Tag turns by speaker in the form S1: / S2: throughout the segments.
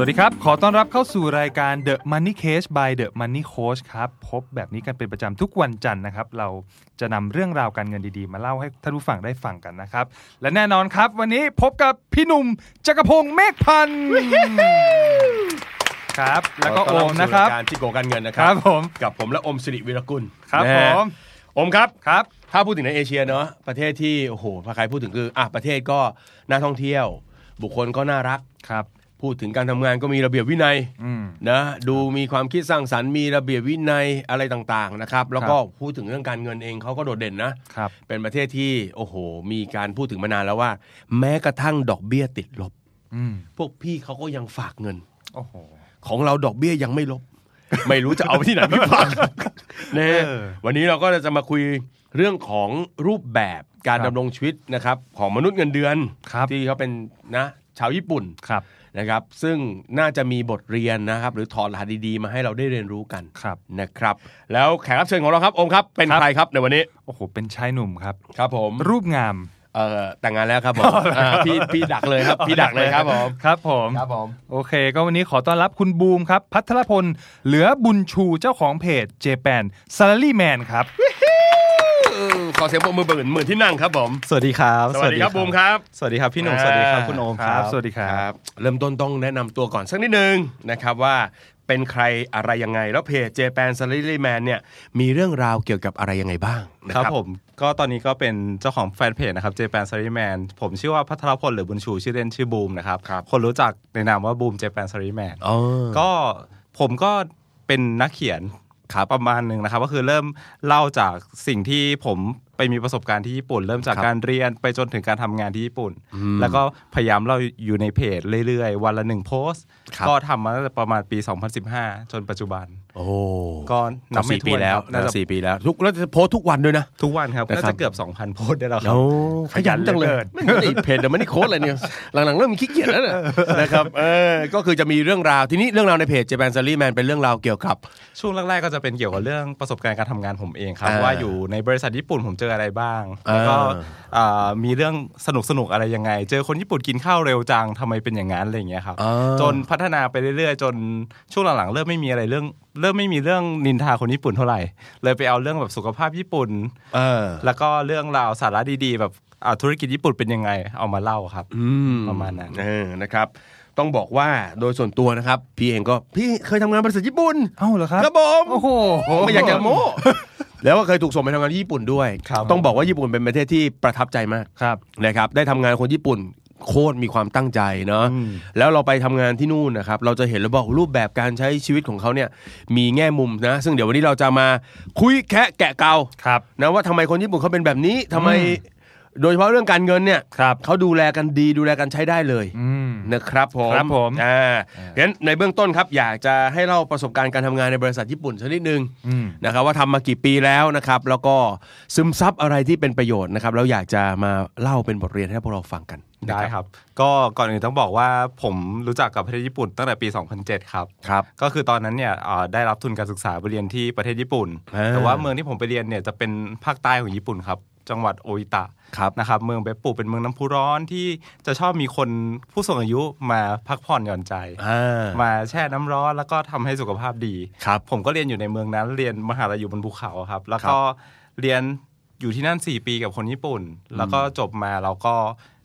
S1: สวัสดีครับ ขอต้อนรับเข้าสู่รายการ The Money Case by The Money Coach ครับ พบแบบนี้กันเป็นประจำทุกวันจันทร์นะครับ เราจะนำเรื่องราวการเงินดีๆ มาเล่าให้ท่านผู้ฟังได้ฟังกันนะครับ และแน่นอนครับ วันนี้พบกับพี่หนุ่มจักรพงศ์เมฆพันธ์ครับ แล้วก็โอมนะครับ
S2: ขอต้อรับสู่ายการที่โกการเงินนะครั
S1: ครับผม
S2: กับผมและอมสิริวิรกุล
S1: ครับ
S2: นะฮะ
S1: ผม
S2: อมครับ
S1: ครับ
S2: ถ้าพูดถึงในเอเชียเนาะประเทศที่โอ้โหถ้าใครพูดถึงคืออ่ะประเทศก็น่าท่องเที่ยว บุคคลก็น่ารัก
S1: ครับ
S2: พูดถึงการทำงานก็มีระเบียบวินัย
S1: อืม
S2: นะดูมีความคิดสร้างสรรค์มีระเบียบวินัยอะไรต่างๆนะครับแล้วก็พูดถึงเรื่องการเงินเองเขาก็โดดเด่นนะครับ เป็นประเทศที่โอ้โห มีการพูดถึงมานานแล้วว่า แม้กระทั่งดอกเบี้ยติดลบ
S1: อืม
S2: พวกพี่เขาก็ยังฝากเงิน
S1: โอ้โห
S2: ของเราดอกเบี้ยยังไม่ลบ ไม่รู้จะเอาไปที่ ไหนไม่ฟังเน่
S1: เออ
S2: วันนี้เราก็จะมาคุยเรื่องของรูปแบบการ
S1: ครับ
S2: ดำรงชีวิตนะครับ ของมนุษย์เงินเดือน
S1: ครับ
S2: ที่เขาเป็นนะชาวญี่ปุ่น
S1: ครับ
S2: นะครับ ซึ่งน่าจะมีบทเรียนนะครับ หรือถอดรหัสดีๆ มาให้เราได้เรียนรู้กัน
S1: ครับ
S2: นะครับ แล้วแขกรับเชิญของเราครับองค์ครับ เป็น
S1: ครับ
S2: ใครครับในวันนี้
S1: โอ้โห เป็นชายหนุ่มครับ
S2: ครับผม
S1: รูปงาม
S2: เอ่อแต่งงานแล้วครับ ผมอ่าพี่พี่ดักเลยครับพี่ดักเลยครับผม
S1: ครับผม
S2: ครับผม
S1: โอเค ก็วันนี้ขอต้อนรับคุณบูมครับ พัทรพล เหลือบุญชูเจ้าของเพจ Japan Salaryman ครับ
S2: ขอเสียงปรบมือเบิร์นหมื่นที่นั่งครับผม
S3: สวัสดีครับ
S2: สวัสดีครับบูมครับ
S3: สวัสดีครับพี่หนุ่ม
S2: อ่า
S3: สวัสดีครับคุณโอมครับ
S1: สวัสดีค
S2: ค
S1: รั
S2: รับ บเริ่มต้นต้องแนะนำตัวก่อนสักนิดนึงนะครับว่าเป็นใครอะไรยังไง แล้วเพจ Japan Salary Man เนี่ยมีเรื่องราวเกี่ยวกับอะไรยังไงบ้างนะ
S3: ค
S2: ค
S3: รั
S2: รั
S3: บบ ผมก็ตอนนี้ก็เป็นเจ้าของแฟนเพจนะครับ Japan s a l a r y m a n ผมชื่อว่าพัทรพลหรือบุญชูชื่อเล่นชื่อบูมนะครับ
S2: ครับ
S3: คนรู้จักในนามว่าบูม Japan s a l a r y m a n
S2: อ๋อ
S3: ก็ผมก็เป็นนักเขียนขาประมาณหนึ่งนะครับ ก็คือเริ่มเล่าจากสิ่งที่ผมไปมีประสบการณ์ที่ญี่ปุ่น เริ่มจาก
S2: ครับ
S3: การเรียนไปจนถึงการทำงานที่ญี่ปุ่น แล้วก็พยายามเล่าอยู่ในเพจเรื่อยๆ วันละหนึ่งโพสต์
S2: ครับ
S3: ก็ทำมาตั้งแต่ประมาณปี 2015 จนปัจจุบัน
S2: โอ้
S3: ก็นั
S2: นั
S3: บบ ไม่
S2: สี่
S3: ถ้
S2: ปี
S3: วน
S2: แล้ว
S3: น่าจะ
S2: สี่ปีแล้วทุกแล้วจะโพสต์ทุกวันด้วยนะ
S3: ทุกวันครับ
S2: นะครับ
S3: น่าจะเกือบ 2,000 โพสต์ได้แล้วครั
S2: โอ้
S3: บ
S2: ขยันจังเล
S3: ขยันเหลือ
S2: ย
S3: เกิน
S2: ไม่ได้เพจเดี๋ยวมันนี่โค้ดอะไรเนี่ย หลังๆเริ่มขี้เกียจแล้วเนี่ยนะครับเออก็คือจะมีเรื่องราวทีนี้เรื่องราวในเพจ Japan Salary Man เป็นเรื่องราวเกี่ยวกับ
S3: ช่วงแรกๆก็จะเป็นเกี่ยวกับเรื่องประสบการณ์การทำงานผมเองครับ
S2: อ่า
S3: ว่าอยู่ในบริษัทญี่ปุ่นผมเจออะไรบ้าง
S2: อ่า
S3: แล้วก็อ่ามีเรื่องสนุกๆอะไรยังไง เจอคนญี่ปุ่นกินข้าวเร็วจังทำไมเป็นอย่างนั้นอะไรอย่างเงี้ยครับ จนพัฒนาไปเรื่อยๆ จนช่วงหลังๆเริ่มไม่มีอะไรเรื่อง เริ่มไม่มีเรื่องนินทาคนญี่ปุ่นเท่าไหร่ เลยไปเอาเรื่องแบบสุขภาพญี่ปุ่น
S2: เออ
S3: แล้วก็เรื่องราวสาระดีๆ แบบอ่าธุรกิจญี่ปุ่นเป็นยังไงเอามาเล่าครับ
S2: อื
S3: ประมาณนั้น
S2: เออนะครับ ต้องบอกว่าโดยส่วนตัวนะครับ พี่เองก็พี่เคยทำงานบริษัทญี่ปุ่น
S1: เอ้าเหรอครับ
S2: ครับผม
S1: โอ้โห
S2: ไม่อยากจะโม้ แล้วก็เคยถูกส่งไปทำงานที่ญี่ปุ่นด้วย
S3: ครับ
S2: ต้องบอกว่าญี่ปุ่นเป็นประเทศที่ประทับใจมาก
S1: ครับ
S2: นะครับ ได้ทำงานคนญี่ปุ่นโคตรมีความตั้งใจเนาะแล้วเราไปทำงานที่นู่นนะครับ เราจะเห็นแล้วบอกรูปแบบการใช้ชีวิตของเขาเนี่ยมีแง่มุมนะ ซึ่งเดี๋ยววันนี้เราจะมาคุยแคะแกะเกา
S1: ครับ
S2: นะว่าทำไมคนญี่ปุ่นเขาเป็นแบบนี้ทำไม
S1: อืม
S2: โดยเฉพาะเรื่องการเงินเนี่ย
S1: ครับ
S2: เขาดูแลกันดีดูแลกันใช้ได้เลย
S1: อืม
S2: นะครับผม
S1: ครับผม
S2: อ่างั้นในเบื้องต้นครับอยากจะให้เล่าประสบการณ์การทำงานในบริษัทญี่ปุ่นสักนิดนึง
S1: อืม
S2: นะครับว่าทำมากี่ปีแล้วนะครับ แล้วก็ซึมซับอะไรที่เป็นประโยชน์นะครับแล้วอยากจะมาเล่าเป็นบทเรียนให้พวกเราฟังกันนะ
S3: ได้ครับ ก็ก่อนอื่นต้องบอกว่าผมรู้จักกับประเทศญี่ปุ่นตั้งแต่ปี 2007 ครับ
S2: ครับ
S3: ก็คือตอนนั้นเนี่ยอ่าได้รับทุนการศึกษาไปเรียนที่ประเทศญี่ปุ่น
S2: อ่า
S3: แต่ว่าเมืองที่ผมไปเรียนเนี่ยจะเป็นภาคใต้ของญี่ปุ่นครับ จังหวัดโออิตะ
S2: ครับ
S3: นะครับเมืองเบปปุเป็นเมืองน้ำพุร้อนที่จะชอบมีคนผู้สูงอายุมาพักผ่อนหย่อนใจ
S2: อ่า
S3: มาแช่น้ำร้อนแล้วก็ทำให้สุขภาพดี
S2: ครับ
S3: ผมก็เรียนอยู่ในเมืองนั้นเรียนมหาลัยอยู่บนภูเขาครับ แล้วก็เรียนอยู่ที่นั่น 4 ปีกับคนญี่ปุ่น แล้วก็จบมาเราก็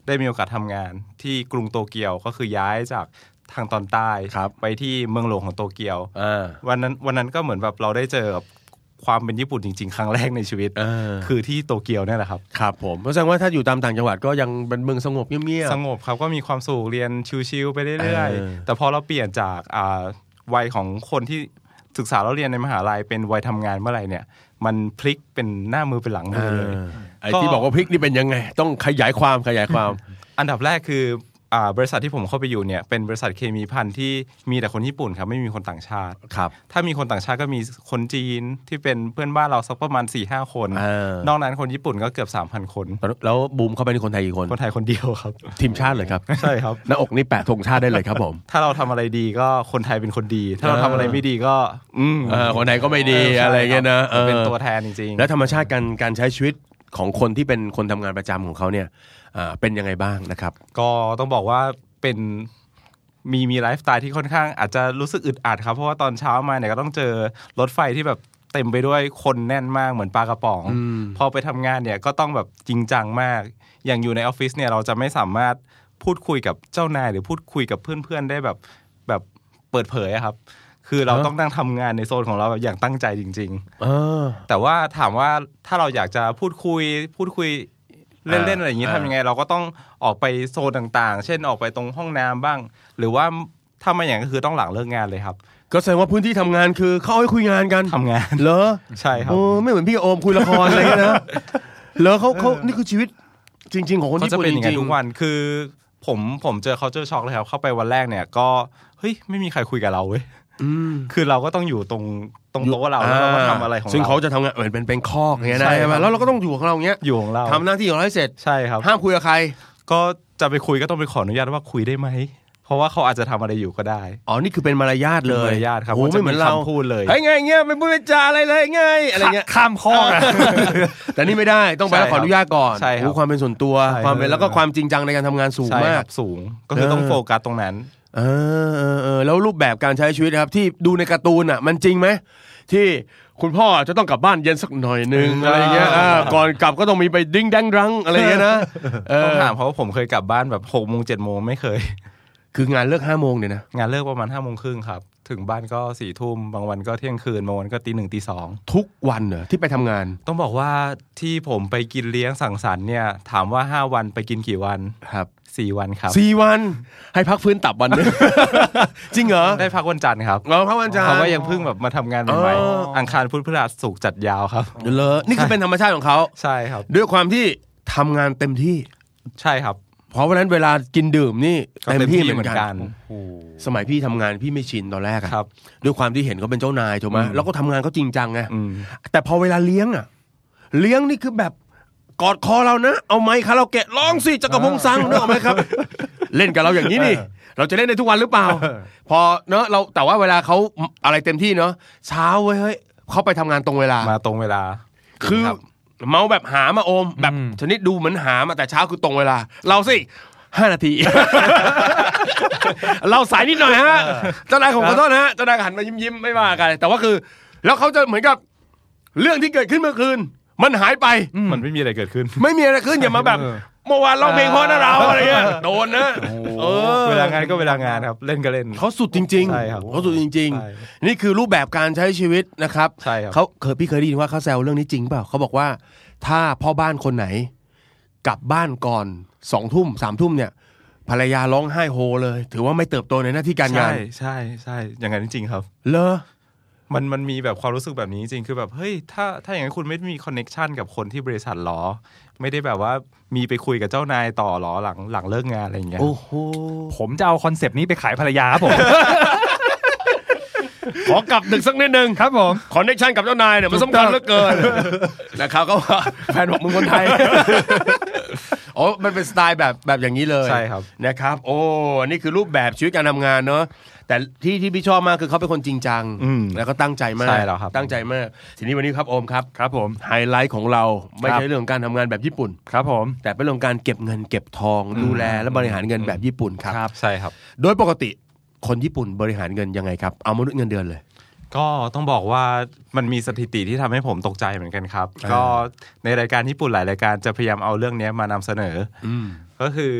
S3: ได้มีโอกาสทำงาน ที่กรุงโตเกียวก็คือย้ายจากทางตอนใต้
S2: ครับ
S3: ไปที่เมืองหลวงของโตเกียว
S2: อ่า
S3: วันนั้นวันนั้นก็เหมือนแบบเราได้เจอกับความเป็นญี่ปุ่นจริง ๆ ครั้งแรกในชีวิต
S2: เออ
S3: คือที่โตเกียวเนี่ยแหละครับ
S2: ครับผมเพราะแสดงว่าถ้าอยู่ตามต่างจังหวัดก็ยังเป็นเมืองสงบเงียบ
S3: สงบครับก็มีความสุขเรียนชิวๆไปเรื่อย
S2: เออ
S3: ๆ แต่พอเราเปลี่ยนจากอ่าวัยของคนที่ศึกษาแล้วเรียนในมหาลัยเป็นวัยทำงานเมื่อไหร่เนี่ย มันพลิกเป็นหน้ามือเป็นหลัง
S2: ๆ
S3: มือเลย
S2: เออไอ้ที่บอกว่าพริกนี่เป็นยังไง ต้องขยายความขยายความ
S3: อันดับแรกคือ อ่าบริษัทที่ผมเข้าไปอยู่เนี่ยเป็นบริษัทเคมีพันธุ์ที่มีแต่คนญี่ปุ่นครับไม่มีคนต่างชาติ
S2: ครับ
S3: ถ้ามีคนต่างชาติก็มีคนจีนที่เป็นเพื่อนบ้านเราสักประมาณ4ี่ห้าคน
S2: เออ
S3: นอกนั้นคนญี่ปุ่นก็เกือบ 3,000 คน
S2: แล้วแล้วบูมเข้าไปในคนไทยกี่คน
S3: คนไทยคนเดียวครับ
S2: ทีมชาติเลยครับ
S3: ใช่ครับ
S2: หน้าอกนี่แปะธงชาติได้เลยครับผม
S3: ถ้าเราทำอะไรดีก็คนไทยเป็นคนดี ถ้าเราทำอะไรไม่ดีก็ อืม
S2: เออคนไหนก็ไม่ดี
S3: ใช่ครับ
S2: อะไรเงี้ยนะออ
S3: เป็นตัวแทนจริงๆ
S2: แล้วธรรมชาติการการใช้ชีวิตของคนที่เป็นคนทำงานประจำของเขาเนี่ยอ่าเป็นยังไงบ้างนะครับ
S3: ก็ต้องบอกว่าเป็นมีมีไลฟ์สไตล์ที่ค่อนข้างอาจจะรู้สึกอึดอัดครับเพราะว่าตอนเช้ามาเนี่ยก็ต้องเจอรถไฟที่แบบเต็มไปด้วยคนแน่นมากเหมือนปลากระป๋อง พอไปทำงานเนี่ยก็ต้องแบบจริงจังมาก อย่างอยู่ในออฟฟิศเนี่ยเราจะไม่สามารถพูดคุยกับเจ้านายหรือพูดคุยกับเพื่อนๆได้แบบแบบเปิดเผยอะครับ คือเรา
S2: เนอะ
S3: ต้องนั่งทำงานในโซนของเราแบบอย่างตั้งใจจริง ๆ
S2: เออ
S3: แต่ว่าถามว่าถ้าเราอยากจะพูดคุย พูดคุยเล่นๆอะไรอย่างนี้
S2: อ่า
S3: ทำยังไง เราก็ต้องออกไปโซนต่างๆ เช่นออกไปตรงห้องน้ำบ้าง หรือว่าถ้าไม่อย่างนั้นก็คือต้องหลังเลิกงานเลยครับ
S2: ก็แสดงว่าพื้นที่ทำงานคือเขาเอาไว้คุยงานกัน
S3: ทำงาน
S2: เหรอ
S3: ใช่ครับ
S2: โอ้ไม่เหมือนพี่โอมคุยละครอะไรเงี้ย นะเหรอเขาเขานี่คือชีวิตจริง ๆ ของคน
S3: เขา
S2: ญี่
S3: จะ
S2: ปุ่น
S3: เป็นอ
S2: จ
S3: ย่างนั้
S2: ริ
S3: น
S2: ง
S3: ทุกวันคือ ผมผมเจอเขาเจอช็อกเลยครับเข้าไปวันแรกเนี่ยก็เฮ้ยไม่มีใครคุยกับเราเว้ย
S2: อืม
S3: คือเราก็ต้องอยู่ตรงตรงโต๊ะเราแล้วเราก็ทำอะไรของ
S2: ซึ่ง
S3: เรา
S2: เขาจะทำงานเหมือนเป็นเป็นคอกอย่างเงี้ยนะ
S3: ใช่ครับ
S2: ใช่ไหมแล้วเราก็ต้องอยู่ของเราอย่างเงี้ย
S3: อยู่ของเรา
S2: ทำหน้าที่ของเราให้เสร็จ
S3: ใช่ครับ
S2: ห้ามคุยกับใคร
S3: ก็จะไปคุยก็ต้องไปขออนุญาตว่าคุยได้ไหมเพราะว่าเขาอาจจะทำอะไรอยู่ก็ได้
S2: อ๋อนี่คือเป็นมารยาทเล
S3: เป็น
S2: ย
S3: มารยาทครับ
S2: โอ้
S3: ว่าจะ
S2: ไม่เหมือนเรา
S3: คำพูดเลย
S2: ไอ้ไงเงี้ยไม่พูดไม่จาอะไรเลยไงอะไรเงี้ย
S1: ข้ามข้อนะ
S2: แต่นี่ไม่ได้ต้องไป
S3: ใช่
S2: แล้วขออนุญาตก่อน
S3: ใช่ครับ
S2: โอ้ความเป็นส่วนตัว
S3: ใช่
S2: ความเป็น
S3: เออ
S2: แล้วก็ความจริงจังในการทำงานสูง
S3: ใช่
S2: มาก
S3: ครับสูงก็คือต้อง
S2: เออ
S3: โฟกัสตรงนั้น
S2: เออเออเออแล้วรูปแบบการใช้ชีวิตนะครับ ที่ดูในการ์ตูนอ่ะ มันจริงไหมที่คุณพ่อจะต้องกลับบ้านเย็นสักหน่อยหนึงอะไรเงี้ย
S3: เออ
S2: เออก่อนกลับก็ต้องมีไปดิ้งแดงรังอะไรเงี้ยนะเอ
S3: ต้อ
S2: อง
S3: ถามเพราะว่าผมเคยกลับบ้านแบบหกโมงเจ็ดโมงไม่เคย
S2: คืองานเลิกห้าโมงเนี่ยนะ
S3: งานเลิกประมาณห้าโมงครึ่งครับ ถึงบ้านก็สี่ทุ่มบางวันก็เที่ยงคืนบางวันก็ตีหนึ่งตีสอง
S2: ทุกวันเหรอที่ไปทำงาน
S3: ต้องบอกว่าที่ผมไปกินเลี้ยงสังสรรค์เนี่ยถามว่าห้าวันไปกินกี่วัน
S2: ครับ
S3: สี่วันครับ
S2: สี่วันให้พักฟื้นตับวันหนึง จริงเหรอ
S3: ได้พักวันจันทร์ครับ
S2: เราพักวันจันทร์
S3: เขาก็ยังเพิ่งแบบมาทำงานใหม่
S2: อ๋อ
S3: ๆอังคารพุธพฤหัสศุกร์จัดยาวครับ
S2: เลอนี่คือเป็นธรรมชาติของเขา
S3: ใช่ครับ
S2: ด้วยความที่ทำงานเต็มที่
S3: ใช่ครับ
S2: เพราะวันนั้นเวลากินดื่มนี่
S3: ก็
S2: เต็มที่เหมือนกัน
S1: โอ้โห
S2: สมัยพี่ทำงานพี่ไม่ชินตอนแรกอะ
S3: ครับ
S2: ด้วยความที่เห็นเขาเป็นเจ้านายถูกไหม
S3: อืม
S2: แล้วก็ทำงานเขาจริงจังไง
S3: อืม
S2: แต่พอเวลาเลี้ยงอะเลี้ยงนี่คือแบบกอดคอเรานะเอาไม้คาราโอเกะร้องสิจักรพงษ์สังเนกอะไหมครับ เล่นกับเราอย่างนี้นี่เราจะเล่นได้ทุกวันหรือเปล่า พอเนอะเราแต่ว่าเวลาเขาอะไรเต็มที่เนอะเช้าเว้ยเฮ้ยเขาไปทำงานตรงเวลา
S3: มาตรงเวลา
S2: คือ
S3: ครับ
S2: เมาแบบหามาโอม แบบ
S1: อืม
S2: ชนิดดูเหมือนหามาแต่เช้าคือตรงเวลา เราสิห้านาที เราสายนิดหน่อยฮะเจ้านายของขอโทษนะฮะเจ้านายหันมายิ้มยิ้มๆไม่ว่ากัน แต่ว่าคือ แล้วเขาจะเหมือนกับเรื่องที่เกิดขึ้นเมื่อคืน มันหายไป
S3: มันไม่มีอะไรเกิดขึ้น
S2: ไม่มีอะไรขึ้นอย่ามาแบบ
S1: เออ
S2: เมื่อวานร้องเพลงเพราะนะเราอะไรเงี้ยโดนนะเออ
S3: เวลางานก็เวลางานครับ เล่นก็เล่น
S2: เขาสุดจริง
S3: ใช่ครับ
S2: ๆเขาสุดจริง
S3: ใช่
S2: ๆ นี่คือรูปแบบการใช้ชีวิตนะครับ
S3: ใช่ครับ
S2: เขาเคยพี่เคยได้ยินว่าเขาแซวเรื่องนี้จริงเปล่าเขาบอกว่า ถ้าพ่อบ้านคนไหน กลับบ้านก่อนสองทุ่มสามทุ่มเนี่ย ภรรยาร้องไห้โฮเลย ถือว่าไม่เติบโตในหน้าที่การงา
S3: ใช่
S2: น
S3: ใช่ใช่อย่างนั้นจริงๆครับ
S2: เลอ
S3: มันมันมีแบบความรู้สึกแบบนี้จริงๆคือแบบเฮ้ยถ้าถ้าอย่างนั้นคุณไม่มีคอนเน็กชันกับคนที่บริษัทหรอ ไม่ได้แบบว่ามีไปคุยกับเจ้านายต่อหรอหลังหลังเลิกงานอะไรอย่างเงี้ย
S2: โอ้โห
S1: ผมจะเอาคอนเซปต์นี้ไปขายภรรยาครับผม
S2: ขอกลับดึกสักนิดนึง
S1: ครับผม
S2: คอนเนคชันกับเจ้านายเนี่ยมันสำคัญเหลือเกิน นะครับก็ว่าแฟนบอกมึงคนไทย อ๋อมันเป็นสไตล์แบบแบบอย่างนี้เลย
S3: ใช่ครับ
S2: นะครับโอ้นี่คือรูปแบบชีวิตการทำงานเนอะแต่ที่ที่พี่ชอบมากคือเขาเป็นคนจริงจัง
S3: อืม
S2: แล้วก็ตั้งใจมาก
S3: ใช่แล้วครับ
S2: ตั้งใจมากทีนี้วันนี้ครับโอมครับ
S1: ครับผม
S2: ไฮไลท์ของเราไม่
S1: ครับ
S2: ใช่เรื่องการทำงานแบบญี่ปุ่น
S1: ครับผม
S2: แต่เป็นเรื่องการเก็บเงินเก็บทองดูแลและบริหารเงินแบบญี่ปุ่นครับ
S3: ครับใช่ครับ
S2: โดยปกติคนญี่ปุ่นบริหารเงินยังไงครับเอามนุษย์เงินเดือนเลย
S3: ก็ต้องบอกว่ามันมีสถิติที่ทำให้ผมตกใจเหมือนกันครับ ก็ในรายการญี่ปุ่นหลายรายการจะพยายามเอาเรื่องเนี้ยมานำเสนออก็คือ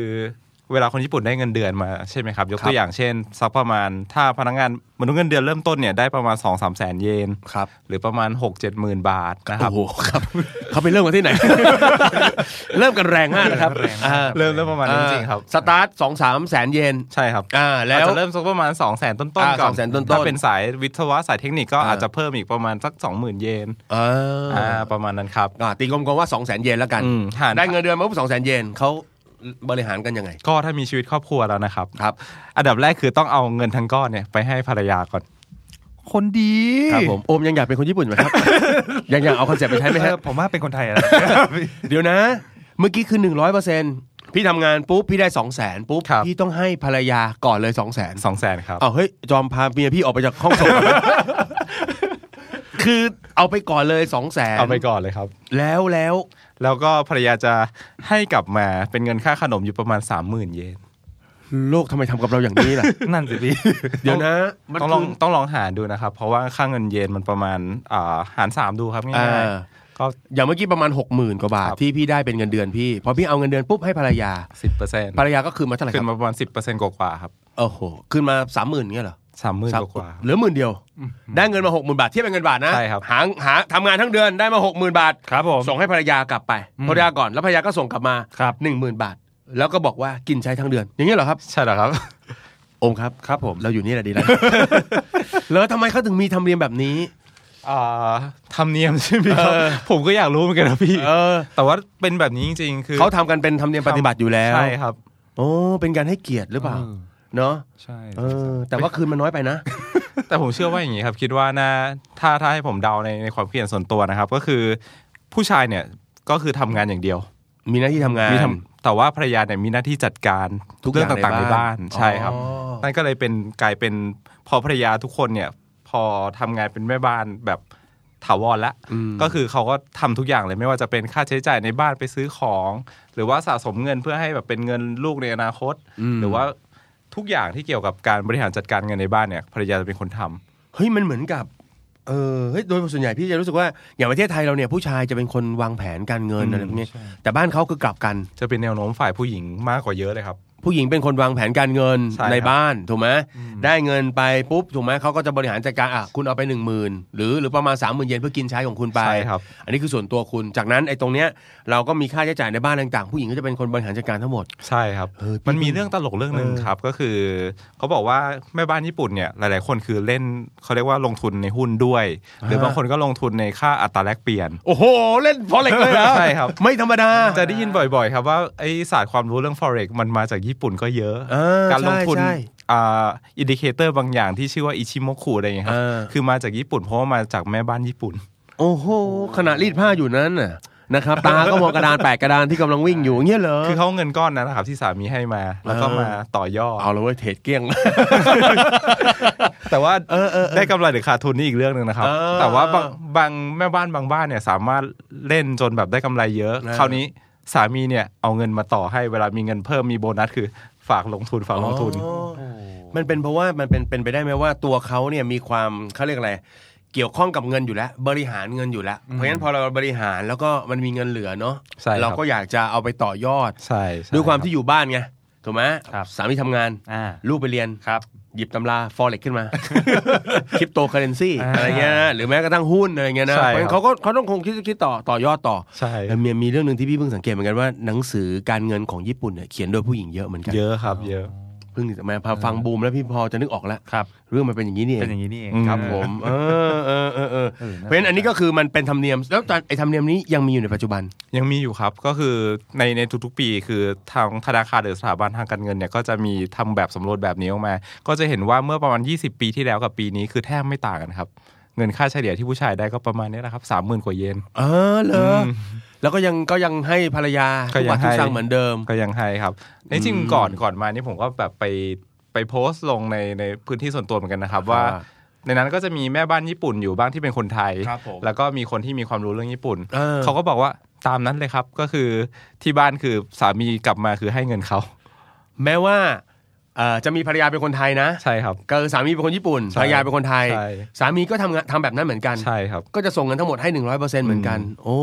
S3: เวลาคนญี่ปุ่นได้เงินเดือนมาใช่ไหมครับยก
S2: ครั
S3: ตั
S2: บ
S3: วอย่างเช่นสักประมาณถ้าพนักงานมนุษย์เงินเดือนเริ่มต้นเนี่ยได้ประมาณ2องสามแสนเยน
S2: ครับ
S3: หรือประมาณ 6 7หมื่นบาทนะค
S2: โอ้
S3: รับ
S2: โหครับ เขาไปเริ่มกันที่ ไหน เริ่มกันแรงมากนะครับอ่า
S3: เริ่มเริ่มประมาณนี้จริงๆครับ
S2: สตาร์ทสองสามแสนเยน
S3: ใช่ครับ
S2: อ่าแล้
S3: อาจ
S2: ว
S3: จะเริ่มสักประมาณ 2 0 0แสนต้นๆก่อน
S2: อ่า200,000ต้นๆ
S3: ถ้าเป็นสายวิศวะสายเทคนิคก็
S2: อ่า
S3: อาจจะเพิ่มอีกประมาณสัก 20,000 เยน
S2: อ่า
S3: อ่าประมาณนั้นครับ
S2: อ่าตีกลมๆว่า 2 0 0 0 0 0 เยนแล้วกัน
S3: อืมหาร
S2: ได้เงินเดือนมาปุ๊บ2 0 0 0 0 0 เยนเขา บริหารกันยังไง
S3: ก็ถ้ามีชีวิตครอบครัวแล้วนะครับ
S2: ครับ
S3: อันดับแรกคือต้องเอาเงินทั้งก้อนเนี่ยไปให้ภรรยาก่อน
S1: คนดี
S2: ครับผมโอมยังอยากเป็นคนญี่ปุ่นไหม ครับ ยังอยากเอาคอนเซ็ปต์ไปใช้ไหม
S1: เอ
S2: ครั
S1: อบ ผมว่าเป็นคนไทยอะ
S2: เดี๋ยวนะ เมื่อกี้คือหนึ่งร้อยเปอร์เซ็นพี่ทำงานปุ๊บ พี่ได้สองแสนปุ๊บ
S3: ครับ
S2: พี่ต้องให้ภรรยาก่อนเลยสองแสน
S3: สองแสนครับ
S2: เอาเฮ้ย จอมพาเมียพี่ออกไปจากห้องส่ง คือเอาไปก่อนเลยสองแสน
S3: เอาไปก่อนเลยครับ
S2: แล้วแล้ว
S3: แล้วก็ภรรยาจะให้กลับมาเป็นเงินค่าขนมอยู่ประมาณ 30,000 เยน
S2: โลกทำไมทำกับเราอย่างนี้ล่ะ
S1: นั่นสิพี่
S2: เดี๋ยวนะ มัน
S3: ต้องลองต้องลองหารดูนะครับ เพราะว่าค่าเงินเยนมันประมาณอ่าหารสามดูครับง่
S2: อ่
S3: าย
S2: า
S3: ๆก็
S2: อย่างเมื่อกี้ประมาณ 6 0,000 กว่าบาท ที่พี่ได้เป็นเงินเดือนพี่ พอพี่เอาเงินเดือนปุ๊บให้ภรรยา
S3: สิบเปอร์เซ็นต์
S2: ภรรยาก็คืนมาเท่าไหร่ค
S3: ขึ้น
S2: รับ
S3: มาประมาณสิบเปอร์เซ็นต์กว่าๆครับ
S2: โอ้โหคืนมา 30,000เงี้ยเหรอ
S3: สามหมื่น
S2: สม
S3: กว่า
S2: เหลือหมื่นเดียว ได้เงินมา 60,000 บาทเทียบเป็นเงินบาทนะ
S3: ใช่ครับ
S2: หาหาทำงานทั้งเดือนได้มา 60,000 บาท
S1: ครับผม
S2: ส่งให้ภรรยากลับไป
S1: อืม
S2: ภรรยาก่อนแล้วภรรยาก็ส่งกลับมา
S1: ครับ
S2: 10,000 บาท แล้วก็บอกว่ากินใช้ทั้งเดือน อย่างเงี้ยเหรอครับ
S3: ๆใช่เหรอครับ
S2: โอมครับครับผมเราอยู่นี่แหละดี แล้ว แล้วทำไมเขาถึงมีทำเนียมแบบนี้
S3: อ่าทำเนียมใช่ไหมครับผมก็อยากรู้เหมือนกันนะพี่
S2: เออ
S3: แต่ว่าเป็นแบบนี้จริงๆ คือ
S2: เขาทำกันเป็นทำเนียมปฏิบัติอยู่แล้ว
S3: ใช่ครับ
S2: โอ้เป็นการให้เกียรติหรือเปล่า
S1: อืม
S2: เนาะ
S1: ใช่
S2: เออ แต่ว่าคืนมันน้อยไปนะ
S3: แต่ผมเชื่อว่าอย่างนี้ครับ คิดว่านะถ้าถ้าให้ผมเดาในในความคิดเห็นส่วนตัวนะครับ ก็คือผู้ชายเนี่ยก็คือทำงานอย่างเดียว
S2: มีหน้าที่ทำงาน
S3: มีทำแต่ว่าภรรยาเนี่ยมีหน้าที่จัดการ
S2: ทุกอ
S3: เรื่
S2: ย่าง
S3: ต่างๆ
S2: ใน
S3: ใน
S2: บ้า
S3: บ้านนใช่ครับ
S2: อ๋อ
S3: นั่นก็เลยเป็นกลายเป็นพอภรรยาทุกคนเนี่ย พอทำงานเป็นแม่บ้านแบบถาวรละ ก็คือเขาก็ทำทุกอย่างเลยไม่ว่าจะเป็นค่าใช้จ่ายในบ้านไปซื้อของ หรือว่าสะสมเงินเพื่อให้แบบเป็นเงินลูกในอนาคต หรือว่าทุกอย่างที่เกี่ยวกับการบริหารจัดการเงินในบ้านเนี่ยภรรยาจะเป็นคนทำ
S2: เฮ้ยมันเหมือนกับ เออเฮ้ยโดยส่วนใหญ่พี่จะรู้สึกว่าอย่างประเทศไทยเราเนี่ยผู้ชายจะเป็นคนวางแผนการเงิน
S3: อืม
S2: อะไรพวกนี้แต่บ้านเขาคือกลับกัน
S3: จะเป็นแนวโน้มฝ่ายผู้หญิงมากกว่าเยอะเลยครับ
S2: ผู้หญิงเป็นคนวางแผนการเงิน
S3: ใช่ครับ
S2: ในบ้านถูกไหมได้เงินไปปุ๊บถูกไหมเขาก็จะบริหารจัดการอ่ะคุณเอาไปหนึ่งหมื่นหรือหรือประมาณสามหมื่นเยนเพื่อกินใช้ของคุณไป
S3: ใช่ครับ
S2: อันนี้คือส่วนตัวคุณ จากนั้นไอ้ตรงเนี้ยเราก็มีค่าใช้จ่ายในบ้านต่างๆ ผู้หญิงก็จะเป็นคนบริหารจัดการทั้งหมด
S3: ใช่ครับ
S2: เออพี่
S3: มันมีเรื่องตลกเรื่องหนึ่ง
S2: เออ
S3: ครับ ก็คือเขาบอกว่าแม่บ้านญี่ปุ่นเนี่ยหลาย ๆ คนคือเล่นเขาเรียกว่าลงทุนในหุ้นด้วย หรือบางคนก็ลงทุนในค่าอัตราแลกเปลี่ยน
S2: โอ้โห เล่นฟอเร็กเลยนะ
S3: ใช่ครับ
S2: ไม่ธรรมดา
S3: จะได้ยินบ่อย ๆ ครับว่าไอศาสตร์ความรู้เรื่อง forex มันมาจากญี่ปุ่นก็เยอะ
S2: เออ
S3: การลงทุน
S2: ใช่ใช่
S3: อ่าอินดิเคเตอร์บางอย่างที่ชื่อว่าอิชิโมคุอะไรอย่างเงี้ยครับ
S2: เออ
S3: คือมาจากญี่ปุ่นเพราะว่ามาจากแม่บ้านญี่ปุ่น
S2: โอ้โหขณะรีดผ้าอยู่นั้นน่ะนะครับตาก็มองกระดานแปะกระดานที่กำลังวิ่งอยู่อย่างเงี้ยเหรอ
S3: คือเขาเอาเงินก้อนนั้นนะครับที่สามีให้มาแล้วก็
S2: เออ
S3: มาต่อยอด
S2: เอาเลยเว้ยเทรดเกลี้ยง
S3: แต่ว่า
S2: เออเออเออ
S3: ได้กำไรหรือขาดทุนนี่อีกเรื่องหนึ่งนะครับ
S2: เออ
S3: แต่ว่าบางบางแม่บ้านบางบ้านเนี่ยสามารถเล่นจนแบบได้กำไรเยอะ
S2: เออ
S3: คราวนี้สามีเนี่ยเอาเงินมาต่อให้เวลามีเงินเพิ่มมีโบนัสคือฝากลงทุนฝากลงทุน
S2: อ๋อมันเป็นเพราะว่ามันเป็นเป็นไปได้ไหมว่าตัวเขาเนี่ยมีความเขาเรียกอะไร เกี่ยวข้องกับเงินอยู่แล้ว บริหารเงินอยู่แล้ว เพราะฉะนั้นพอเราบริหารแล้วก็มันมีเงินเหลือเนาะ
S3: ใช่ครับ
S2: เราก็อยากจะเอาไปต่อยอด
S3: ใช่ใช่
S2: ด้วยความ
S3: รับ
S2: ที่อยู่บ้านไงถูกไหม
S1: ครับ
S2: สามีทำงาน
S1: อ่า
S2: ลูกไปเรียน
S1: ครับ
S2: หยิบตำราฟอเร็กขึ้นมา คริปโตเคอเรนซี
S1: อ่า
S2: อะไรเงี้ยนะหรือแม้กระทั่งหุ้นอะไรเงี้ยนะ
S3: ใช่
S2: เพราะฉะนั้
S3: ครับ
S2: นเขาก็เขาต้องคงคิดคิดต่อต่อยอดต่อ
S3: ใช่
S2: แล้วมีมีเรื่องหนึ่งที่พี่เพิ่งสังเกตเหมือนกันว่าหนังสือการเงินของญี่ปุ่นเนี่ยเขียนโดยผู้หญิงเยอะเหมือนกัน
S3: เยอะครับ เยอะ
S2: เพิ่งมาพอฟังบูมแล้วพี่พอจะนึกออกแล้ว
S1: ครับ
S2: เรื่องมันเป็นอย่างนี้นี่เอ
S1: เป็น
S2: ง
S1: อย่างนี้นี่เอง
S3: อืม
S2: ครับผมเออเออเออเออ
S1: เออ
S2: เพราะฉะนั้นอันนี้ก็คือมันเป็นธรรมเนียม แล้วตอนไอ้ธรรมเนียมนี้ยังมีอยู่ในปัจจุบัน
S3: ยังมีอยู่ครับก็คือในในทุกๆปีคือทางธนาคารหรือสถาบันทางการเงินเนี่ยก็จะมีทำแบบสำรวจแบบนี้ออกมา ก็จะเห็นว่าเมื่อประมาณ 20 ปีที่แล้วกับปีนี้คือแทบไม่ต่างกันครับ เงินค่าเฉลี่ยที่ผู้ชายได้ก็ประมาณนี้แหละครับสามหมื่นกว่าเยน
S2: เออเหรออแล้วก็ยังก็ยังให้ภรรยา
S3: ก็
S2: ทุก
S3: ยัง
S2: วันทุก
S3: ให้
S2: สร้างเหมือนเดิม
S3: ก็ยังให้ครับ ในจริงก่อนก่อนมานี่ผมก็แบบไปไปโพสต์ลงในในพื้นที่ส่วนตัวเหมือนกันนะครับ ว่า
S2: อ่า
S3: ในนั้นก็จะมีแม่บ้านญี่ปุ่นอยู่บ้างที่เป็นคนไทย
S2: ครับผม
S3: แล้วก็มีคนที่มีความรู้เรื่องญี่ปุ่น
S2: เออ
S3: เขาก็บอกว่าตามนั้นเลยครับก็คือที่บ้านคือสามีกลับมาคือให้เงินเขา
S2: แม้ว่าเอ่อจะมีภรรยาเป็นคนไทยนะ
S3: ใช่ครับ
S2: ก็คือสามีเป็นคนญี่ปุ่น
S3: ใช่
S2: ภรรยาเป็นคนไทย
S3: ใช่
S2: สามีก็ทำงานทำแบบนั้นเหมือนกัน
S3: ใช่ครับ
S2: ก็จะส่งเงินทั้งหมดให้หนึ่งร้อยเปอร์เซ็นต์เหมือนกัน โอ้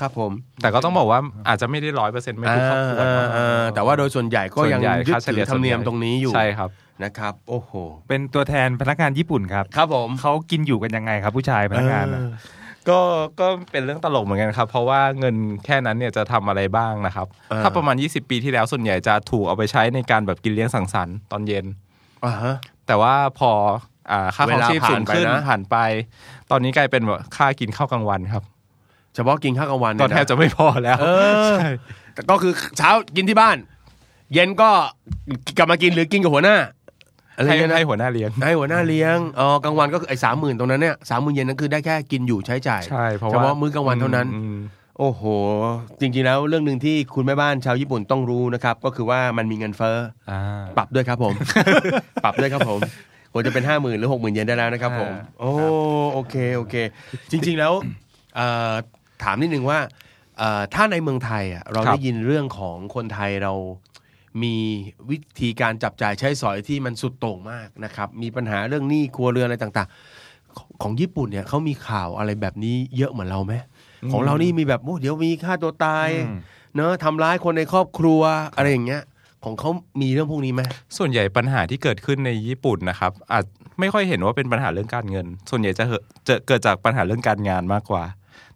S2: ครับผม
S3: แต่ก็ต้องบอกว่าอาจจะไม่ได้ร้อยเปอร์เซ็นต์ไม่ทุกครอบครัว
S2: อ่า
S3: นะ
S2: อ่าอ่าแต่ว่าโดยส่วนใหญ่ก็ยัง
S3: ส่วนใหญ่
S2: ยึด
S3: ค่าเฉ
S2: ถื
S3: ลี่
S2: อธรรมเนียม
S3: ส่วใหญ่
S2: ตรงนี้อยู่
S3: ใช่ครับ
S2: นะครับ โอ้โห
S1: เป็นตัวแทนพนักงานญี่ปุ่นครับ
S2: ครับผม
S1: เขากินอยู่กันยังไงครับผู้ชายพนักงานน่ะ
S3: ก็ก็เป็นเรื่องตลกเหมือนกันครับ เพราะว่าเงินแค่นั้นเนี่ยจะทำอะไรบ้างนะครับ ถ้าประมาณ 20 ปีที่แล้วส่วนใหญ่จะถูกเอาไปใช้ในการแบบกินเลี้ยงสังสรรค์ตอนเย็น
S2: อ่าฮะ
S3: แต่ว่าพออ่าค่าครองชีพสูงขึ้น
S2: เวลาผ่านไปนะ
S3: ผ่านไป ตอนนี้กลายเป็นแบบค่ากินข้าวกลางวันครับ
S2: เฉพาะกินข้าวกลางวัน
S3: ต
S2: เย
S3: อนแทบจะไม่พอแล้ว
S2: เออ
S3: ใช่
S2: แต่ก็คือเช้ากินที่บ้าน เย็นก็กลับมากินหรือกินกับหัวหน้าอะไร
S3: ให้
S2: เงี้ยนะ
S3: ให้หัวหน้าเลี้ยง
S2: ให้หัวหน้าเลี้ยงอ๋อกลางวันก็คือไอ้สามหมื่นตรงนั้นเนี่ยสามหมื่นเยนนั้นคือได้แค่กินอยู่ใช้จ่าย
S3: ใช่เพราะ
S2: เฉ
S3: ว่า
S2: พาะมื้อกลางวันเท่านั้น
S3: อืม
S2: โอ้โห จริงๆแล้วเรื่องหนึ่งที่คุณแม่บ้านชาวญี่ปุ่นต้องรู้นะครับ ก็คือว่ามันมีเงินเฟ้อ
S1: อ่า
S2: ปรับด้วยครับผม ปรับด้วยครับผมควรจะเป็นห้าหมื่นหรือหกหมื่นเยนได้แล้วนะครับผม
S1: อ่า
S2: โอ้โอเคโอเค จริงๆแล้ว เอ่อถามนิดนึงว่าเอ่อถ้าในเมืองไทยอะเรา
S3: ครับ
S2: ได้ยินเรื่องของคนไทยเรามีวิธีการจับจ่ายใช้สอยที่มันสุดโต่งมากนะครับ มีปัญหาเรื่องหนี้ครัวเรือนอะไรต่างๆ ของของญี่ปุ่นเนี่ยเขามีข่าวอะไรแบบนี้เยอะเหมือนเราไหมของเรานี่มีแบบโอ้เดี๋ยวมีฆ่าตัวตาย
S1: อืม
S2: เนอะทำร้ายคนในครอบครัวอะไรอย่างเงี้ย ของเขามีเรื่องพวกนี้ไหม
S3: ส่วนใหญ่ปัญหาที่เกิดขึ้นในญี่ปุ่นนะครับ อาจไม่ค่อยเห็นว่าเป็นปัญหาเรื่องการเงิน ส่วนใหญ่จะเหอะจะเกิดจากปัญหาเรื่องการงานมากกว่า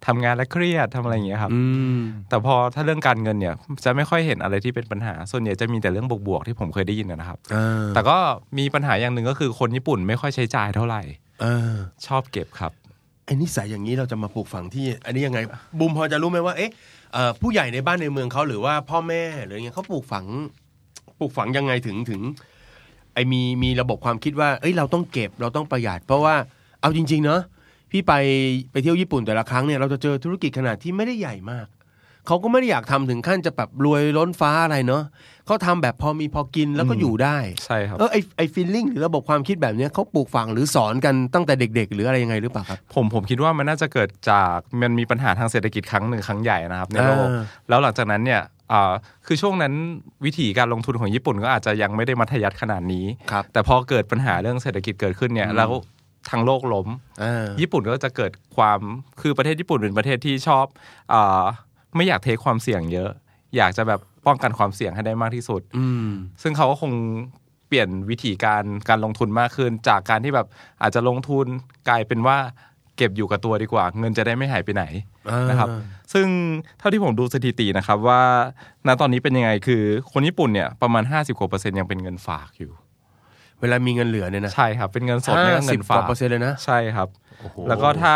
S3: ทำงานแล้วเครียดทำอะไรอย่างเงี้ยครับ
S2: อืม
S3: แต่พอถ้าเรื่องการเงินเนี่ยจะไม่ค่อยเห็นอะไรที่เป็นปัญหา ส่วนใหญ่จะมีแต่เรื่องบวกๆที่ผมเคยได้ยินนะครับ
S2: อ่า
S3: แต่ก็มีปัญหาอย่างหนึ่งก็คือคนญี่ปุ่นไม่ค่อยใช้จ่ายเท่าไหร่
S2: อ่า
S3: ชอบเก็บครับ
S2: ไอ้นิสัยอย่างนี้เราจะมาปลูกฝังที่ อันนี้ยังไง บุมพอจะรู้ไหมว่า เอ๊ะเอ่อผู้ใหญ่ในบ้านในเมืองเขาหรือว่าพ่อแม่หรืออย่างเงี้ยเขาปลูกฝัง ปลูกฝังยังไงถึงถึง ไอ้มีมีระบบความคิดว่า เอ้ยเราต้องเก็บเราต้องประหยัด เพราะว่าเอาจริง ๆ เนอะพี่ไปไปเที่ยวญี่ปุ่นแต่ละครั้งเนี่ยเราจะเจอธุรกิจขนาดที่ไม่ได้ใหญ่มาก เขาก็ไม่ได้อยากทำถึงขั้นจะแบบรวยล้นฟ้าอะไรเนาะเขาทำแบบพอมีพอกินแล้วก็อยู่ได้
S3: ใช่ครับ
S2: เออไอไอฟีลลิ่งหรือระบบความคิดแบบเนี้ยเขาปลูกฝังหรือสอนกันตั้งแต่เด็ก ๆ หรืออะไรยังไงหรือเปล่าครับ
S3: ผมผมคิดว่ามันน่าจะเกิดจากมันมีปัญหาทางเศรษฐกิจครั้งหนึ่งครั้งใหญ่นะครับในโลก
S2: อ่า
S3: แล้วหลังจากนั้นเนี่ยอ่าคือช่วงนั้นวิธีการลงทุนของญี่ปุ่นก็อาจจะยังไม่ได้มัธยัสถ์ขนาดนี้
S2: ครับ
S3: แต่พอเกิดปัญหาเรื่องเศรษฐกิจเกิดขึ้นเนี่ยแล้วทางโลกล้ม
S2: อ่า
S3: ญี่ปุ่นก็จะเกิดความคือประเทศญี่ปุ่นเป็นประเทศที่ชอบอาไม่อยากเทคความเสี่ยงเยอะ อยากจะแบบป้องกันความเสี่ยงให้ได้มากที่สุด
S2: อืม
S3: ซึ่งเขาก็คงเปลี่ยนวิธีการการลงทุนมากขึ้น จากการที่แบบอาจจะลงทุนกลายเป็นว่าเก็บอยู่กับตัวดีกว่า เงินจะได้ไม่หายไปไหน
S2: อ่าน
S3: นะครับ ซึ่งเท่าที่ผมดูสถิตินะครับว่าณตอนนี้เป็นยังไงคือคนญี่ปุ่นเนี่ยประมาณ 50กว่าเปอร์เซ็นต์ยังเป็นเงินฝากอยู่
S2: เวลามีเงินเหลือเนี่ยนะ
S3: ใช่ครับ เป็นเงินสดไม่
S2: ห้า
S3: ใช่
S2: สิ
S3: เงิน
S2: บก
S3: ฝา
S2: ว่าก เปอร์เซ็นต์เลยนะ
S3: ใช่ครับ
S2: โอ้โห
S3: แล้วก็ถ้า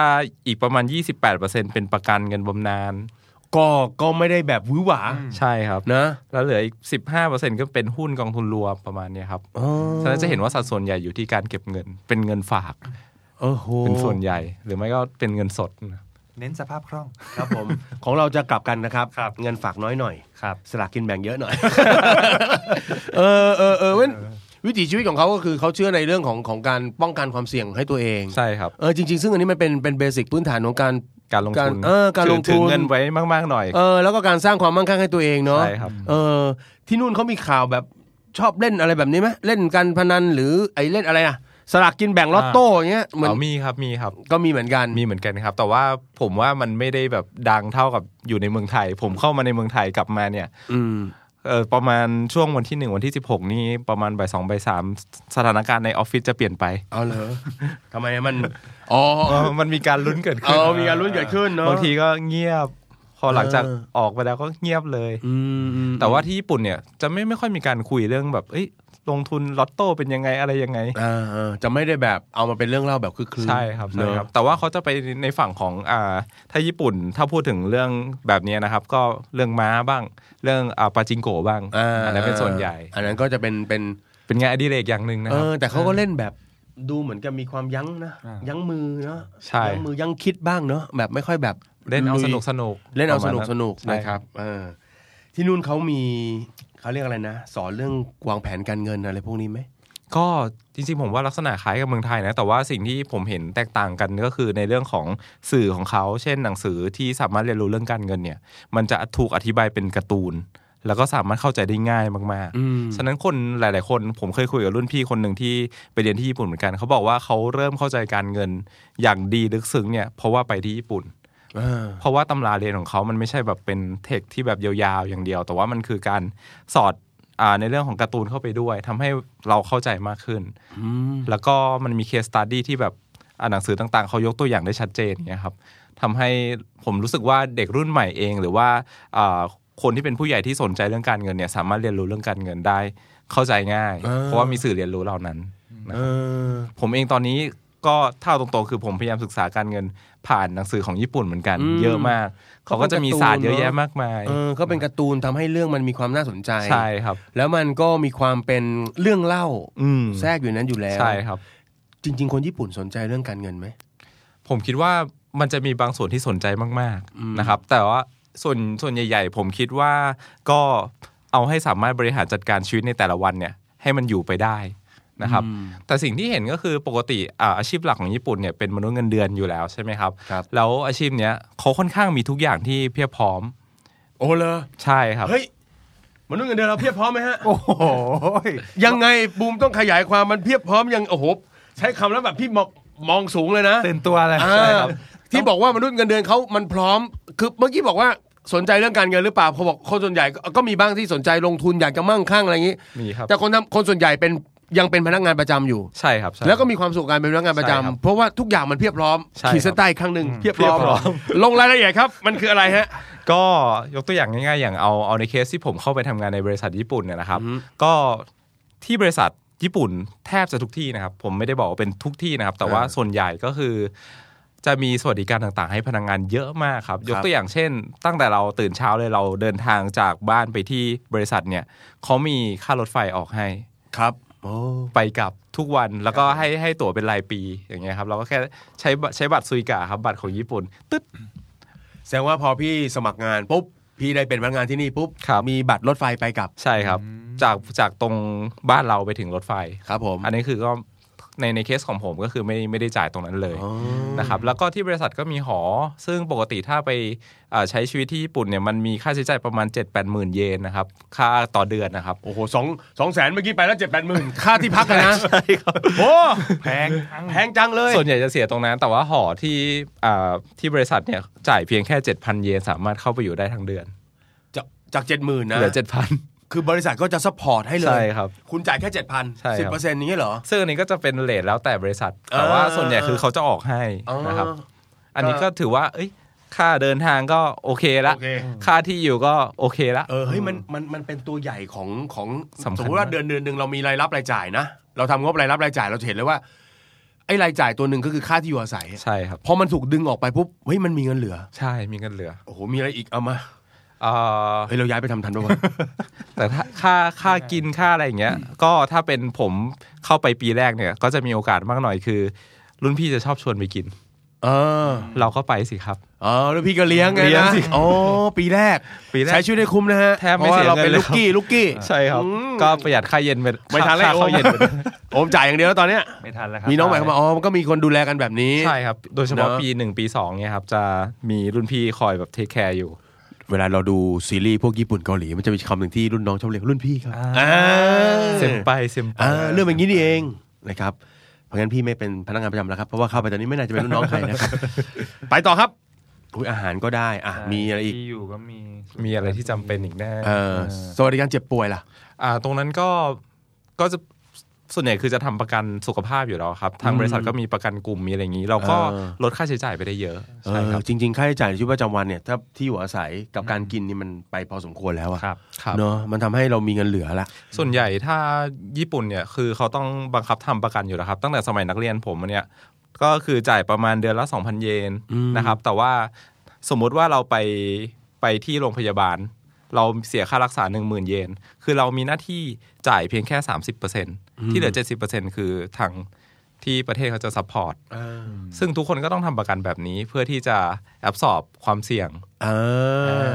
S3: อีกประมาณ 28%เป็นประกันเงินบำนาญ
S2: ก็ก็ไม่ได้แบบหวือหวา
S3: ใช่ครับ
S2: นะ
S3: แล้วเหลืออีก 15%ก็เป็นหุ้นกองทุนรวมประมาณเนี้ยครับ
S2: อ๋อ
S3: ฉะนั้นจะเห็นว่าสัดส่วนใหญ่อยู่ที่การเก็บเงิน เป็นเงินฝาก
S2: โอ้โห
S3: เป็นส่วนใหญ่ หรือไม่ก็เป็นเงินสดนะ
S1: เน้นสภาพคล่อง
S2: ครับผม ของเราจะกลับกันนะครับ
S1: ครับ
S2: เงินฝากน้อยหน่อย
S1: ครับ
S2: สลากกินแบ่งเยอะหน่อย เออเออเออเว้นวิถีชีวิตของเขาก็คือเขาเชื่อในเรื่องของของการป้องกันความเสี่ยงให้ตัวเอง
S3: ใช่ครับ
S2: เออจริง ๆ ซึ่งอันนี้มันเป็นเป็นเบสิกพื้นฐานของการ
S3: การลงทุน
S2: การเออการลงทุน
S3: ถือเงินไว้มากๆหน่อย
S2: เออแล้วก็การสร้างความมั่งคั่งให้ตัวเองเนาะ
S3: ใช่ครับ
S2: เออที่นู่นเขามีข่าวแบบชอบเล่นอะไรแบบนี้ไหมเล่นการพนันหรือไอ้เล่นอะไรอะสลากกินแบ่งลอตโต้อย่างเงี้ยเหมือน
S3: เอามีครับมีครับ
S2: ก็มีเหมือนกัน
S3: มีเหมือนกันครับ แต่ว่าผมว่ามันไม่ได้แบบดังเท่ากับอยู่ในเมืองไทย ผมเข้ามาในเมืองไทยกลับมาเนี่ย
S2: อืม
S3: เอ่อประมาณช่วงวันที่หนึ่งวันที่สิบหกนี่ประมาณบ่ายสองบ่ายสามสถานการณ์ในออฟฟิศจะเปลี่ยน ไป
S2: เอาเหรอทำไมมันอ๋อ
S3: เออมันมีการลุ้นเกิด
S2: เอ
S3: ขึ้น
S2: อมีการรุ่นเกิดขึ้นเนาะ
S3: บางทีก็เงียบ พอหลังจาก
S2: เออ
S3: ออกไปแล้วก็เงียบเลย
S2: อืมอืม
S3: แต่ว่าที่ญี่ปุ่นเนี่ยจะไม่ไม่ค่อยมีการคุยเรื่องแบบเอ้ยลงทุนลอตโต้เป็นยังไงอะไรยังไง
S2: อ่าอ่าจะไม่ได้แบบเอามาเป็นเรื่องเล่าแบบคึกคืน
S3: ใช่ครับใช่ครับ
S2: เนอะ
S3: แต่ว่าเขาจะไปในฝั่งของอ่าถ้าญี่ปุ่นถ้าพูดถึงเรื่องแบบนี้นะครับ ก็เรื่องม้าบ้าง เรื่องอ่าปาจิงโกะบ้าง
S2: อ่า
S3: นั้นเป็นส่วนใหญ่
S2: อันนั้นก็จะเป็นเป็น
S3: เป็นงานอดิเรกอย่างหนึ่งนะค
S2: เอ
S3: รับ
S2: อแต่เขาก็เล่นแบบดูเหมือนกับมีความยั้งนะ
S1: อ่ายั
S2: ยั้งมือเนาะ
S3: ใช่
S2: ยั้งมือยั้งคิดบ้างเนาะแบบไม่ค่อยแบบ
S3: เล่นเอาสนุกสนุก
S2: เล่นเอา
S3: ประ
S2: ส
S3: มณ
S2: นุกสนุก
S3: ใช่
S2: นะครับเออที่นู่นเขามีเขาเรียกอะไรนะ สอนเรื่องวางแผนการเงินอะไรพวกนี้ไหม
S3: ก็จริงๆ ผมว่าลักษณะคล้ายกับเมืองไทยนะ แต่ว่าสิ่งที่ผมเห็นแตกต่างกันก็คือในเรื่องของสื่อของเขา เช่นหนังสือที่สามารถเรียนรู้เรื่องการเงินเนี่ย มันจะถูกอธิบายเป็นการ์ตูน แล้วก็สามารถเข้าใจได้ง่ายมาก
S2: อืม
S3: ๆ ฉะนั้นคนหลาย ๆ คนผมเคยคุยกับรุ่นพี่คนหนึ่งที่ไปเรียนที่ญี่ปุ่นเหมือนกัน เขาบอกว่าเขาเริ่มเข้าใจการเงินอย่างดีลึกซึ้งเนี่ยเพราะว่าไปที่ญี่ปุ่น
S2: เออ
S3: เพราะว่าตำราเรียนของเขามันไม่ใช่แบบเป็นเทคที่แบบยาวๆ อย่างเดียว แต่ว่ามันคือการสอดอ่าในเรื่องของการ์ตูนเข้าไปด้วยทำให้เราเข้าใจมากขึ้น แล้วก็มันมีเคสตัดดี้ที่แบบอ่าหนังสือต่างๆ เขายกตัวอย่างได้ชัดเจนเงี้ยครับทำให้ผมรู้สึกว่าเด็กรุ่นใหม่เอง หรือว่าอ่าคนที่เป็นผู้ใหญ่ที่สนใจเรื่องการเงินเนี่ยสามารถเรียนรู้เรื่องการเงินได้เข้าใจง่าย
S2: อ่า
S3: เพราะว่ามีสื่อเรียนรู้เหล่านั้น
S2: เออ
S3: ผมเองตอนนี้ ก็เท่าตรงๆคือผมพยายามศึกษาการเงินผ่านหนังสือของญี่ปุ่นเหมือนกัน
S2: อืม
S3: เยอะมาก เขาก็จะมีศาสตร์เยอะแยะ
S2: เขาเป็นการ์
S3: มา
S2: ตูนเนอะ
S3: กมาย
S2: เออก็เป็นการ์ตูนทำให้เรื่องมันมีความน่าสนใจ
S3: ใช่ครับ
S2: แล้วมันก็มีความเป็นเรื่องเล่า
S3: อืม
S2: แทรกอยู่นั้นอยู่แล้ว
S3: ใช่ครับ
S2: จริง ๆ คนญี่ปุ่นสนใจเรื่องการเงินไหม
S3: ผมคิดว่ามันจะมีบางส่วนที่สนใจมาก
S2: อืม
S3: ๆนะครับ แต่ว่าส่วนส่วนใหญ่ ๆ ผมคิดว่าก็เอาให้สามารถบริหารจัดการชีวิตในแต่ละวันเนี่ยให้มันอยู่ไปได้นะครับ แต่สิ่งที่เห็นก็คือปกติอ่าอาชีพหลักของญี่ปุ่นเนี่ยเป็นมนุษย์เงินเดือนอยู่แล้วใช่ไหมครับ
S2: ครับ
S3: แล้วอาชีพเนี้ยเขาค่อนข้างมีทุกอย่างที่เพียบพร้อม
S2: โอ้เลย
S3: ใช่ครับ
S2: เฮ้ยมนุษย์เงินเดือนเราเพียบพร้อมไหมฮะ
S1: โอ้โห
S2: ยังไงบูมต้องขยายความมันเพียบพร้อมยังโอ้โหใช้คำแล้วแบบพี่มองมองสูงเลยนะ
S1: ตื่นตัวเลย
S2: อ่า
S1: ใช่ครับ
S2: ที่บอกว่ามนุษย์เงินเดือนเขามันพร้อม คือเมื่อกี้บอกว่าสนใจเรื่องการเงินหรือเปล่าเขาบอกคนส่วนใหญ่ก็ก็มีบ้างที่สนใจลงทุนอยากจะมั่งคั่งอะไรอย่างนี้
S3: มีครับ
S2: แต่คนทำคนส่วนใหญ่เป็นยังเป็นพนักงานประจำอยู่
S3: ใช่ครับใช่
S2: แล้วก็มีความสุขกับการเป็นพนักงานประจำ
S3: ใช่ครับ
S2: เพราะว่าทุกอย่างมันเพียบพร้อม
S3: ใช่ครับ
S2: ขีดเส้นใต้อีกครั้งหนึ่งเพียบพร้อม
S3: เพียบพร้อม
S2: ลงรายละเอียดครับ มันคืออะไรฮะ
S3: ก็ยกตัวอย่างง่ายๆ อย่างเอาเอาในเคสที่ผมเข้าไปทำงานในบริษัทญี่ปุ่นเนี่ยนะครับ
S2: อือฮึ
S3: ก็ที่บริษัทญี่ปุ่นแทบจะทุกที่นะครับ ผมไม่ได้บอกว่าเป็นทุกที่นะครับ แต่ว่าส่วนใหญ่ก็คือ จะมีสวัสดิการต่างๆ ให้พนักงานเยอะมากครับ ยกตัวอย่างเช่น ตั้งแต่เราตื่นเช้าเลยเราเดินทางจากบ้านไปที่บริษัทเนี่ยเขามีค่ารถไฟออกให้
S2: ครับ
S3: ไปกลับทุกวันแล้วก็ให้ให้ตั๋วเป็นรายปีอย่างเงี้ยครับเราก็แค่ใช้บัตรใช้บัตรซุยกะครับบัตรของญี่ปุ่นตึ๊ด
S2: แสดงว่าพอพี่สมัครงานปุ๊บพี่ได้เป็นพนักงานที่นี่ปุ๊บ
S3: ครับ
S2: มีบัตรรถไฟไปกลับ
S3: ใช่ครับ จากจากตรงบ้านเราไปถึงรถไฟ
S2: ครับผม
S3: อันนี้คือก็ในในเคสของผมก็คือไม่ไม่ได้จ่ายตรงนั้นเลยนะครับแล้วก็ที่บริษัทก็มีหอ ซึ่งปกติถ้าไปเอ่อใช้ชีวิตที่ญี่ปุ่นเนี่ยมันมีค่าใช้จ่ายประมาณ 7 8 0 0 0 0 เยนนะครับ ค่าต่อเดือนนะครับ
S2: โอ้โหสองสองแสนเมื่อกี้ไปแล้วเจ็ดแปดหมื่นค่าที่พักอะนะโอ้
S1: แพงทั้ง
S2: แพงจังเลย
S3: ส่วนใหญ่จะเสียตรงนั้น แต่ว่าหอที่อ่าที่บริษัทเนี่ยจ่ายเพียงแค่ 7,000 เยนสามารถเข้าไปอยู่ได้ทั้งเดือน
S2: จากจากเจ็ดหมื่นนะ
S3: เหลือ7,000
S2: คือบริษัทก็จะซัพพอร์ตให้เลย
S3: ใช่ครับ
S2: คุณจ่ายแค่เจ็ดพัน
S3: ใช่ค
S2: สิบ
S3: รั
S2: เปอร์
S3: บ
S2: เซ็นต์นี้เหรอ
S3: ซึ่งอันนี้ก็จะเป็นเลทแล้วแต่บริษัท แต่ว่า
S2: อ่า
S3: ส่วนใหญ่คือเขาจะออกให้
S2: อ๋อ
S3: นะครับ อันนี้ก็ถือว่า เอ้ย ค่าเดินทางก็โอเคละ
S2: โอเค
S3: ค่าที่อยู่ก็โอเคละ
S2: เออเฮ้ยมันมันมันเป็นตัวใหญ่ของของ
S3: สำคัญ
S2: สมมติว่า
S3: นะ
S2: เดือนเดือนหนึ่งเรามีรายรับรายจ่ายนะ เราทำงบรายรับรายจ่ายเราจะเห็นเลยว่าไอ้รายจ่ายตัวหนึ่งก็คือค่าที่อยู่อาศัย
S3: ใช่ครับ
S2: พอมันถูกดึงออกไปปุ๊บเฮ้ยมันมีเงินเหลือ
S3: ใช่มีเงินเหลือ
S2: โอ้โหมีอะไรอีกเอามา
S3: เอ่อ
S2: เฮ้ยเราย้ายไปทำทัน ปะวะ
S3: แต่ถ้าค่าค่ากินค่าอะไรอย่างเงี้ย ก็ถ้าเป็นผมเข้าไปปีแรกเนี่ย ก็จะมีโอกาสมากหน่อยคือ รุ่นพี่จะชอบชวนไปกิน
S2: เออ
S3: เราก็ไปสิครับ
S2: อ๋อแล้วพี่ก็เลี้ยงไง
S3: เลี้ยง
S2: นะ
S3: สิ
S2: อ๋อปีแรก
S3: ปีแรก
S2: ใช้ชื่อได้คุ้มนะฮะ
S3: แทบไม่เสีย
S2: พราะว่า
S3: เงิน
S2: เราเป็น
S3: เลย
S2: ลูกกี้
S3: ครับ
S2: ลูกกี้
S3: ใช่ครับ
S2: อืม
S3: ก็ประหยัดค่าเย็นไป
S2: ไม่ทันแล้ว
S3: ค่าข้าว
S2: โอ้
S3: เย็น ไปด้วย
S2: โอมจ่ายอย่างเดียวแล้วตอนเนี้ย
S1: ไม่ทันแล้วครับ
S2: มีน้องใหม่เข้ามาอ๋อมันก็มีคนดูแลกันแบบนี้
S3: ใช่ครับ โดยเฉพาะ
S2: เนอะ
S3: ปีหนึ่งปีสองเนี่ยครับ จะมีรุ่นพี่คอยแบบเทคแคร์อยู่
S2: เวลาเราดูซีรีส์พวกญี่ปุ่นเกาหลีมันจะมีคำหนึ่งที่รุ่นน้องชอบเรียกรุ่นพี่ครับ
S3: อ่า
S2: อ่า
S3: เซมไปเซมไป
S2: อ่าเรื่องเป็นอย่างนี้นี่เองนะครับเพราะงั้นพี่ไม่เป็นพนักงานประจำแล้วครับเพราะว่าเข้าไปตอนนี้ไม่น่าจะเป็นรุ่นน้องใคร นะครับ ไปต่อครับอุ้ยอาหารก็ได้อ่ะ
S1: ใช่
S2: มีอะไรอีก
S1: ที่อยู่ก็มี
S3: มีอะไรที่จำเป็นอีกแน่
S2: เอ่อสวัสดิการเจ็บป่วยล่ะ
S3: อ่า ตรงนั้นก็ก็จะส่วนใหญ่คือจะทำประกันสุขภาพอยู่แล้วครับ ทางบริษัทก็มีประกันกลุ่มมีอะไรอย่างนี้ เราก็
S2: เออ
S3: ลดค่าใช้จ่ายไปได้เยอะ
S2: เอ
S3: ใช่ค
S2: อ
S3: รับ
S2: จริงๆค่าใช้จ่ายในชีวิตประจำวันเนี่ยถ้าที่อยู่อาศัยกับการกินนี่มันไปพอสมควรแล้วอะ
S1: ครับ
S3: ครับ
S2: เนอะมันทำให้เรามีเงินเหลือละ
S3: ส่วนใหญ่ถ้าญี่ปุ่นเนี่ยคือเขาต้องบังคับทำประกันอยู่แล้วครับ ตั้งแต่สมัยนักเรียนผมเนี่ยก็คือจ่ายประมาณเดือนละ 2,000 เยน
S2: อืม
S3: นะครับ แต่ว่าสมมุติว่าเราไปไปที่โรงพยาบาล เราเสียค่ารักษา 10,000 เยน คือเรามีหน้าที่จ่ายเพียงแค่ 30%ที่เหลือ 70%คือทางที่ประเทศเขาจะซัพพอร์ต ซึ่งทุกคนก็ต้องทำประกันแบบนี้เพื่อที่จะแอบสอบความเสี่ยง
S2: เอ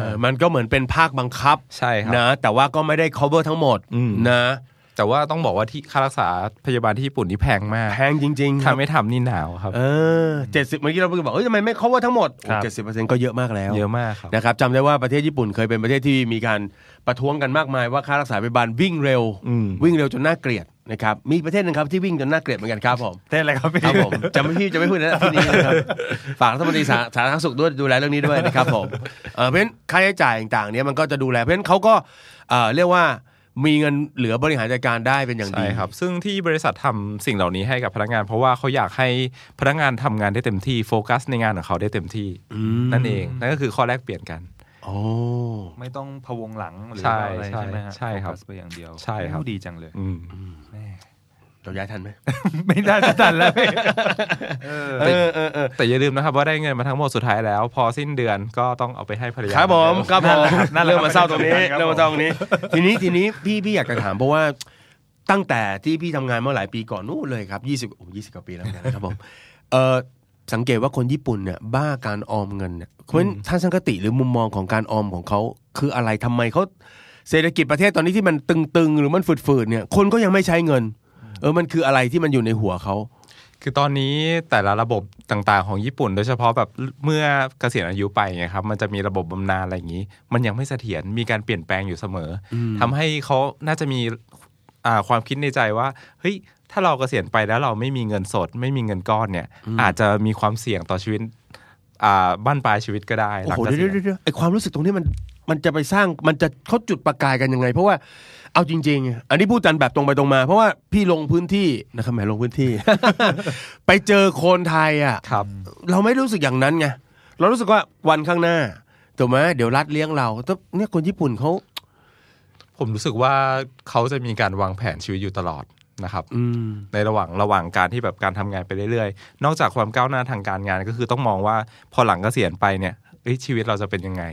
S2: อ มันก็เหมือนเป็นภาคบังคับ
S3: ใช่ครับ
S2: นะ แต่ว่าก็ไม่ได้ cover ทั้งหมด
S3: อืม
S2: นะ
S3: แต่ว่าต้องบอกว่าที่ค่ารักษาพยาบาลที่ญี่ปุ่นนี่แพงมาก
S2: แพงจริงๆค
S3: ถ้า
S2: รับ
S3: ไม่ทำนี่หนาวครับ
S2: เออเจ็ดสิบเมื่อกี้เราเพิ่งบอก เอ้ยทำไมไม่ cover ทั้งหมด
S1: ครับ
S2: เจ็ดสิบเปอร์เซ็นต์ก็เยอะมากแล้ว
S3: เยอะมากครับ
S2: นะครับจำได้ว่าประเทศญี่ปุ่นเคยเป็นประเทศที่มีการประท้วงกันมากมายว่าค่ารักษาพยาบาลวิ่งเร็ว
S3: อืม
S2: วิ่งเร็วจนน่าเกลียดนะครับ มีประเทศหนึงครับที่วิ่งจนน่าเกลียดเหมือนกันครับผม
S1: เต้นอะไรครับพี่
S2: ครับผมจะไม่พี่จะไม่พูดแล้วที่นี้นะครับฝากรัฐมนตรีสาสาธารณสุขด้วยดูแลเรื่องนี้ด้วยนะครับผมเอ่อเพราะฉะนั้นค่าใช้จ่ายต่างๆเนี้ยมันก็จะดูแลเพราะฉะนั้นเขาก็เอ่อเรียกว่ามีเงินเหลือบริหารจัดการได้เป็นอย่างดี
S3: ใช่ครับ ซึ่งที่บริษัททำสิ่งเหล่านี้ให้กับพนักงาน เพราะว่าเขาอยากให้พนักงานทำงานได้เต็มที่โฟกัสในงานของเขาได้เต็มที่
S2: อืม
S3: นั่นเองนั่นก็คือข้อแรกเปลี่ยนกัน
S2: โอ้
S1: ไม่ต้องพะวงหลังหรือ
S3: ใช่
S1: อะไร
S3: ใช่
S1: ใช่ไหมฮะ
S3: ใช่ครับ
S1: โฟกัสไปอย่างเดียว
S3: ใช่ครับ
S1: โอ้ดีจังเลย
S3: อืม
S1: แม่
S2: เราย้ายทันไหม
S1: ไม่น่าจะทันแล้วพี่เออ
S2: เออเออเออ
S3: แต่อย่าลืมนะครับว่าได้เงินมาทั้งหมดสุดท้ายแล้ว พอสิ้นเดือนก็ต้องเอาไปให้ภรรยา
S2: ครับผมครับผม
S1: นั่นแหละครับ
S2: เริ่มมาเศร้าตรงนี้
S1: ครับผม
S2: เริ่มมาเศร้าตรงนี้ ทีนี้ทีนี้พี่พี่อยากจะถามเพราะว่าตั้งแต่ที่พี่ทำงานเมื่อหลายปีก่อนนู่นเลยครับยี่สิบโอ้ยี่สิบกว่าปีแล้วนะครับผมเออสังเกตว่าคนญี่ปุ่นเนี่ยบ้าการออมเงินเนี่ยเพราะฉะนั้นทัศนคติหรือมุมมองของการออมของเขาคืออะไรทำไมเขาเศรษฐกิจประเทศตอนนี้ที่มันตึงๆ หรือมันฝืดๆเนี่ย คนก็ยังไม่ใช้เงิน เออมันคืออะไรที่มันอยู่ในหัวเขา
S3: คือตอนนี้แต่ละระบบต่างๆของญี่ปุ่น โดยเฉพาะแบบเมื่อเกษียณอายุไปไงครับมันจะมีระบบบำนาญอะไรอย่างนี้ มันยังไม่เสถียรมีการเปลี่ยนแปลงอยู่เสมออทำให้เขาน่าจะมีอ่าความคิดในใจว่าเฮ้ยถ้าเราเกษียณไปแล้วเราไม่มีเงินสด ไม่มีเงินก้อนเนี่ย อาจจะมีความเสี่ยงต่อชีวิตอ่าบ้านปลายชีวิตก็ได้หลัง
S2: โอ้
S3: เก
S2: โห
S3: ษี
S2: เดี๋
S3: ย
S2: ยว
S3: ณ
S2: เดี๋ยวเดี๋ยวไอความรู้สึกตรงนี้มันมันจะไปสร้างมันจะเขาจุดประกายกันยังไง เพราะว่าเอาจริง ๆ อันนี้พูดกันแบบตรงไปตรงมา เพราะว่าพี่ลงพื้นที่นะครับแหมลงพื้นที่ ไปเจอคนไทยอ่ะ
S3: ครับ
S2: เราไม่รู้สึกอย่างนั้นไงเรารู้สึกว่าวันข้างหน้าถูกไหมเดี๋ยวรัฐเลี้ยงเราแต่เนี่ยคนญี่ปุ่นเขา
S3: ผมรู้สึกว่าเขาจะมีการวางแผนชีวิตอยู่ตลอดนะครับ ในระหว่างระหว่างการที่แบบการทำงานไปเรื่อยๆ นอกจากความก้าวหน้าทางการงานก็คือต้องมองว่าพอหลังเกษียณไปเนี่ยเอ้ยชีวิตเราจะเป็นยังไง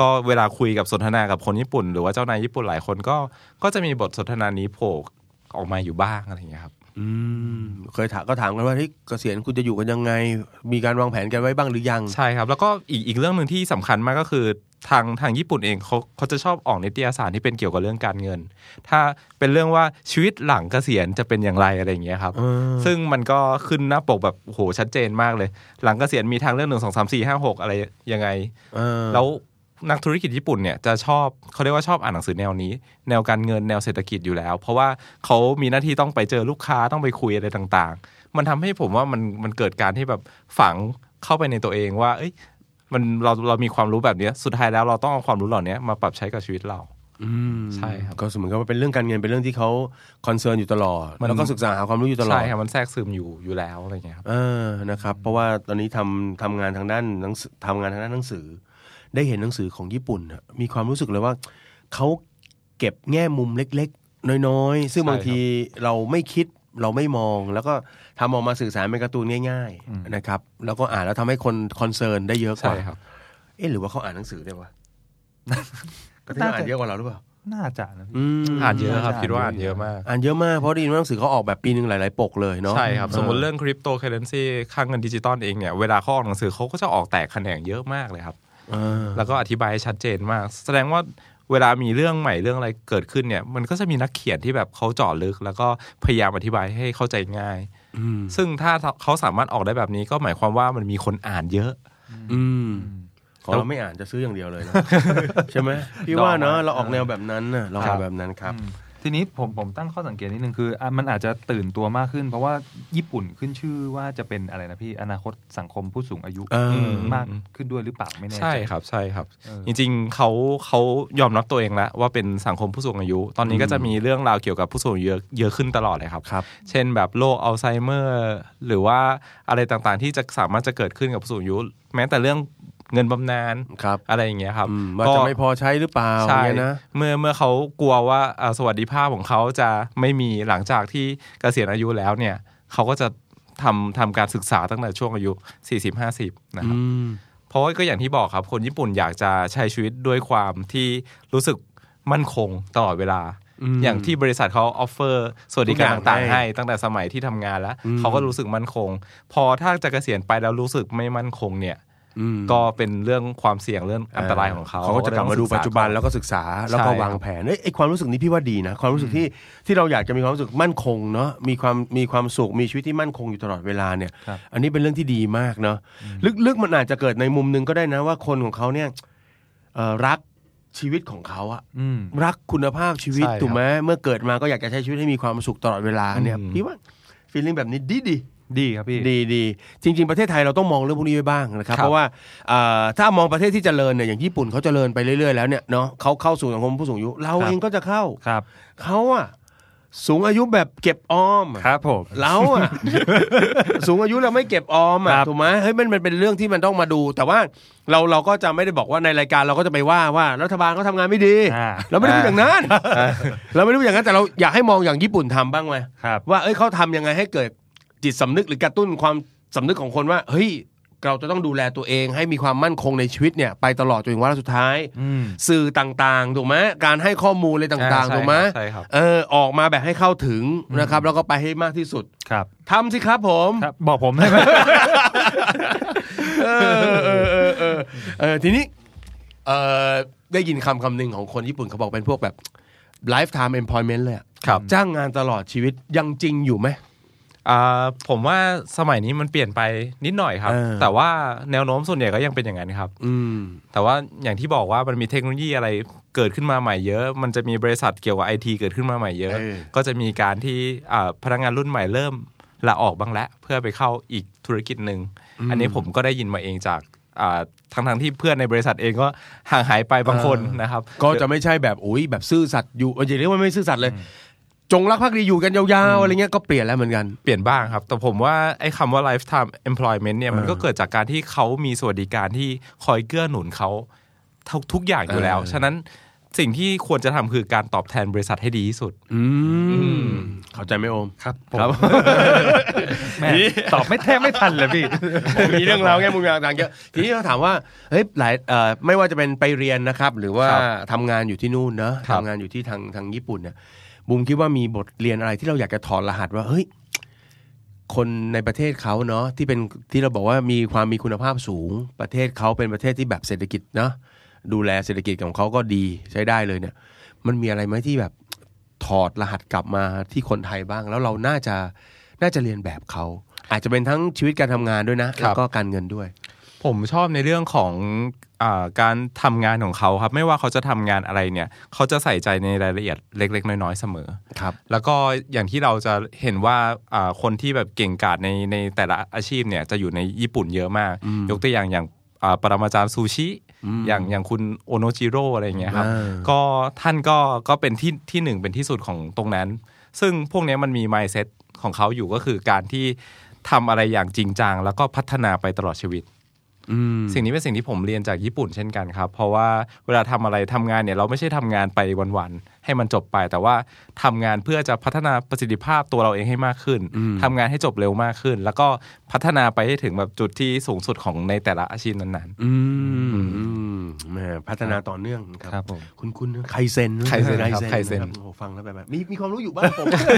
S3: ก็เวลาคุยกับสนทนากับคนญี่ปุ่น หรือว่าเจ้านายญี่ปุ่นหลายคนก็ก็จะมีบทสนทนานี้โผล่ออกมาอยู่บ้างอะไรอย่างเงี้ยครับ
S2: อืมเคยถามก็ถามกันว่าเฮ้ยเกษียณคุณจะอยู่กันยังไง มีการวางแผนกันไว้บ้างหรือยัง
S3: ใช่ครับ แล้วก็อีกอีกเรื่องหนึ่งที่สำคัญมากก็คือทางทางญี่ปุ่นเองเขาเขาจะชอบออกนิตยสารที่เป็นเกี่ยวกับเรื่องการเงิน ถ้าเป็นเรื่องว่าชีวิตหลังเกษียณจะเป็นอย่างไรอะไรอย่างเงี้ยครับ ซึ่งมันก็ขึ้นหน้าปกแบบโอ้โหชัดเจนมากเลย หลังเกษียณมีทางเรื่องหนึ่งสองสามสี่ห้าหกอะไรยังไง
S2: เออ
S3: แล้วนักธุรกิจญี่ปุ่นเนี่ยจะชอบเขาเรียกว่าชอบอ่านหนังสือแนวนี้ แนวการเงินแนวเศรษฐกิจอยู่แล้ว เพราะว่าเขามีหน้าที่ต้องไปเจอลูกค้าต้องไปคุยอะไรต่างๆ มันทำให้ผมว่ามันมันเกิดการที่แบบฝังเข้าไปในตัวเองว่า เอ้ยมันเราเรามีความรู้แบบเนี้ยสุดท้ายแล้วเราต้องเอาความรู้เหล่านี้มาปรับใช้กับชีวิตเรา ใช่ครับ
S2: ก็เหมือนกับว่าเป็นเรื่องการเงินเป็นเรื่องที่เขาคอนเซิร์นอยู่ตลอด
S3: มัน
S2: แล้วก็ศึกษาหาความรู้อยู่ตลอด
S3: ใช่ครับมันแทรกซึมอยู่อยู่แล้วอะไรอย่างเงี้ยครับ
S2: เออนะครับ เพราะว่าตอนนี้ทำทำงานทางด้านหนังสือทำงานทางด้านหนังสือ ได้เห็นหนังสือของญี่ปุ่นน่ะมีความรู้สึกเลยว่าเขาเก็บแง่มุมเล็ก ๆ น้อยๆ ซึ่ง
S3: ใช่ครับ
S2: บางทีเราไม่คิดเราไม่มอง แล้วก็ทำออกมาสื่อสารเป็นการ์ตูนง่าย ๆนะครับ แล้วก็อ่านแล้วทำให้คนคอนเซิร์นได้เยอะก
S3: ใช่
S2: ว่า
S3: ครับ
S2: เอ๊ะหรือว่าเขาอ่านหนังสือได้วะ ก็
S1: ก็
S2: ที่
S1: น่า
S2: เขาอ่า
S1: จะ
S2: นเยอะกว่าเราหรือเปล่า
S1: น่าจะนะพี่
S2: อืม
S3: อ่านเยอะครับคิดว่าอ่านเยอะมาก
S2: อ่านเยอะมากเพราะได้ยินว่าหนังสือเขาออกแบบปีหนึ่งหลายๆปกเลยเนาะ
S3: ใช่ครับ สมมติเรื่องคริปโตเคอเรนซีค่าเงินดิจิตอลเองเนี่ย เวลาเขาออกหนังสือเขาก็จะออกแตกแขนงเยอะมากเลยครับ แล้วก็อธิบายให้ชัดเจนมาก แสดงว่าเวลามีเรื่องใหม่เรื่องอะไรเกิดขึ้นเนี่ย มันก็จะมีนักเขียนที่แบบเขาเจาะลึก แล้วก็พยายามอธิบายให้เข้าใจง่าย ซึ่งถ้าเขาสามารถออกได้แบบนี้ก็หมายความว่ามันมีคนอ่านเยอะ
S2: อืมของเราไม่อ่านจะซื้ออย่างเดียวเลยนะ ใช่ไหมพี่ว่าเนาะเราออกแนวแบบนั้นนะเราออกแบบนั้นครับ
S1: อืมทีนี้ผมผมตั้งข้อสังเกตนิดนึงคืออ่ะมันอาจจะตื่นตัวมากขึ้น เพราะว่าญี่ปุ่นขึ้นชื่อว่าจะเป็นอะไรนะพี่อนาคตสังคมผู้สูงอายุ
S2: เออ
S1: มากขึ้นด้วยหรือเปล่าไม่แน่จ
S3: ใช่ครับใช่ครับ
S1: เออ
S3: จริงๆเขาเขายอมรับตัวเองแล้วว่าเป็นสังคมผู้สูงอายุ ตอนนี้ก็จะมีเรื่องราวเกี่ยวกับผู้สูงอายุเยอะเยอะขึ้นตลอดเลยครับ
S2: ครับ
S3: เช่นแบบโรคอัลไซเมอร์ หรือว่าอะไรต่างๆที่จะสามารถจะเกิดขึ้นกับผู้สูงอายุ แม้แต่เรื่องเงินบำนาญ
S2: ครับ
S3: อะไรอย่างเงี้ยครับ
S2: อืมว่าจะไม่พอใช้หรือเปล่า
S3: ใช่
S2: เนี่ยนะ
S3: เมื่อเมื่อเขากลัวว่าอ่าสวัสดิภาพของเขาจะไม่มีหลังจากที่เกษียณอายุแล้วเนี่ยเขาก็จะทำทำการศึกษาตั้งแต่ช่วงอายุ 40-50 นะครับ
S2: อืม
S3: เพราะว่าก็อย่างที่บอกครับ คนญี่ปุ่นอยากจะใช้ชีวิตด้วยความที่รู้สึกมั่นคงตลอดเวลา อย่างที่บริษัทเขาออฟเฟอร์สวัสดิการ
S2: ทุกอย่าง
S3: ต่าง
S2: ให้
S3: ๆ ให้ตั้งแต่สมัยที่ทำงานแล้ว เขาก็รู้สึกมั่นคง พอถ้าจะเกษียณไปแล้วรู้สึกไม่มั่นคงเนี่ย ก็เป็นเรื่องความเสี่ยงเรื่องอันตรายของเขา
S2: เขาก็จะกลับมาดูปัจจุบันแล้วก็ศึกษาแล้วก็
S3: ใช่ครับ
S2: วางแผนเอ้ยไอ้ความรู้สึกนี้พี่ว่าดีนะ ความรู้สึกที่ที่เราอยากจะมีความรู้สึกมั่นคงเนาะมีความมีความสุขมีชีวิตที่มั่นคงอยู่ตลอดเวลาเนี่ย
S1: ครับ
S2: อันนี้เป็นเรื่องที่ดีมากเนาะลึกๆมันอาจจะเกิดในมุมหนึงก็ได้นะว่าคนของเขาเนี่ยเอ่อรักชีวิตของเขาอะ
S1: อืม
S2: รักคุณภาพชีวิต
S3: ใช่ครับ
S2: ถูกไหมเมื่อเกิดมาก็อยากจะใช้ชีวิตให้มีความสุขตลอดเวลาเนี่ย
S3: อืม
S2: พี่ว่าฟีลลิ่งแบบนี้ดีดี
S1: ดีครับพี่
S2: ดีดีจริง ๆ ประเทศไทยเราต้องมองเรื่องพวกนี้ไว้บ้างนะครับ
S3: ครับ
S2: เพราะว่าเอ่อถ้ามองประเทศที่เจริญเนี่ยอย่างญี่ปุ่นเขาเจริญไปเรื่อยๆแล้วเนี่ยเนาะเขาเข้าสู่สังคมผู้สูงอายุเรา
S1: ครับ
S2: เองก็จะเข้า
S1: ครับ
S2: เขาอะ สูงอายุแบบเก็บออมอะ
S1: ครับผม
S2: เราอะ สูงอายุเราไม่เก็บออมอะ
S1: ครับ
S2: ถูกไหมเฮ้ยมันมันเป็นเรื่องที่มันต้องมาดู แต่ว่าเราเราก็จะไม่ได้บอกว่าในรายการเราก็จะไปว่าว่ารัฐบาลเขาทำงานไม่ดี
S1: อ่า
S2: เราไม่ได้พูดอย่างนั้น เราไม่ได้พูดอย่างนั้นแต่เราอยากให้มองอย่างญี่ปุ่นทำบ้างไหม
S1: ครับ
S2: ว่าเอ้ยเขาทำยังไงให้เกิดจิตสำนึกหรือกระตุ้นความสำนึกของคนว่าเฮ้ยเราจะต้องดูแลตัวเองให้มีความมั่นคงในชีวิตเนี่ยไปตลอดจนถึงวาระสุดท้าย
S1: อืม
S2: สื่อต่างๆถูกไหมการให้ข้อมูลอะไรต่างๆ
S3: ใช่
S2: ถูกไหม
S3: ใช่ครับ
S2: เออออกมาแบบให้เข้าถึงนะครับ แล้วก็ไปให้มากที่สุด
S1: ครับ
S2: ทำสิครับผม
S1: ครับ บอกผมได้ไหม
S2: เออเออเออเออเออทีนี้เออได้ยินคำคำหนึ่งของคนญี่ปุ่นเขาบอกเป็นพวกแบบ lifetime employment เลยอะ
S3: ครับ
S2: จ้างงานตลอดชีวิตยังจริงอยู่ไหม
S3: อ่าผมว่าสมัยนี้มันเปลี่ยนไปนิดหน่อยครับ
S2: เออ
S3: แต่ว่าแนวโน้มส่วนใหญ่ก็ยังเป็นอย่างนั้นครับ
S2: อืม
S3: แต่ว่าอย่างที่บอกว่ามันมีเทคโนโลยีอะไรเกิดขึ้นมาใหม่เยอะ มันจะมีบริษัทเกี่ยวกับไอทีเกิดขึ้นมาใหม่เยอะ
S2: เออ
S3: ก็จะมีการที่อ่าพนักงานรุ่นใหม่เริ่มละออกบ้างแล้วเพื่อไปเข้าอีกธุรกิจหนึ่ง อันนี้ผมก็ได้ยินมาเองจากอ่าทั้งทงๆที่เพื่อนในบริษัทเองก็ห่างหายไปบางคนนะครับ
S2: ก็จะไม่ใช่แบบอุ้ยแบบซื่อสัตย์อยู่เอออย่าเรียกว่าไม่ซื่อสัตย์เลย จงรักภักดีอยู่กันยาวๆอะไรเงี้ยก็เปลี่ยนแล้วเหมือนกัน
S3: เปลี่ยนบ้างครับ แต่ผมว่าไอ้คำว่า lifetime employment เนี่ยมันก็เกิดจากการที่เขามีสวัสดิการที่คอยเกื้อหนุนเขาทุกทุกอย่างอยู่แล้ว
S2: เออ
S3: ฉะนั้นสิ่งที่ควรจะทำคือการตอบแทนบริษัทให้ดีที่สุด
S2: อืมเข้าใจไหมโอม
S1: ครับผม
S2: ครับ
S1: แหม่ตอบไม่แทบไม่ทันเลยพี่
S2: มีเรื่องราวแง่มุมต่าง ๆเยอะทีนี้เราถามว่าเฮ้ยหลายเอ่อไม่ว่าจะเป็นไปเรียนนะครับ หรือว่า
S3: ครับ
S2: ทำงานอยู่ที่นู่นเนอะ
S3: ครับ
S2: ทำงานอยู่ที่ทางทางญี่ปุ่นเนี่ยบุมคิดว่ามีบทเรียนอะไรที่เราอยากจะถอดรหัสว่าเฮ้ยคนในประเทศเขาเนาะที่เป็นที่เราบอกว่ามีความมีคุณภาพสูง ประเทศเขาเป็นประเทศที่แบบเศรษฐกิจเนาะดูแลเศรษฐกิจของเขาก็ดีใช้ได้เลยเนี่ย มันมีอะไรไหมที่แบบถอดรหัสกลับมาที่คนไทยบ้าง แล้วเราน่าจะน่าจะเรียนแบบเขา อาจจะเป็นทั้งชีวิตการทำงานด้วยนะ
S3: ครั
S2: แล้ว
S3: บ
S2: ก็การเงินด้วย
S3: ผมชอบในเรื่องของอาการทำงานของเขาครับ ไม่ว่าเขาจะทำงานอะไรเนี่ย เขาจะใส่ใจในรายละเอียดเล็ก ๆ น้อย ๆ เสมอ
S2: ครับ
S3: แล้วก็อย่างที่เราจะเห็นว่าอ่าคนที่แบบเก่งกาจในในแต่ละอาชีพเนี่ยจะอยู่ในญี่ปุ่นเยอะมาก ยกตัวอย่างอย่างอ่าปรมาจารย์ซูชิ อย่างอย่างคุณโอโนจิโร่อะไรอย่างเงี้ยครับ
S2: อ่า
S3: ก็ท่านก็ก็เป็นที่ที่หนึ่งเป็นที่สุดของตรงนั้น ซึ่งพวกเนี้ยมันมี mindset ของเขาอยู่ก็คือการที่ทำอะไรอย่างจริงจังแล้วก็พัฒนาไปตลอดชีวิต
S2: อืม
S3: สิ่งนี้เป็นสิ่งที่ผมเรียนจากญี่ปุ่นเช่นกันครับ เพราะว่าเวลาทำอะไรทำงานเนี่ยเราไม่ใช่ทำงานไปวันๆให้มันจบไป แต่ว่าทำงานเพื่อจะพัฒนาประสิทธิภาพตัวเราเองให้มากขึ้นทำงานให้จบเร็วมากขึ้น แล้วก็พัฒนาไปให้ถึงแบบจุดที่สูงสุดของในแต่ละอาชีพนั้น
S2: อืมอืมแหมพัฒนาต่อเนื่อง
S3: ๆ
S2: ครับ คุณคุณไคเซน
S3: ไคเซ็นครับไคเซ็น
S2: ะรับโอ้โหฟังแล้วแบบแบบมีมีความรู้อยู่บ้างผม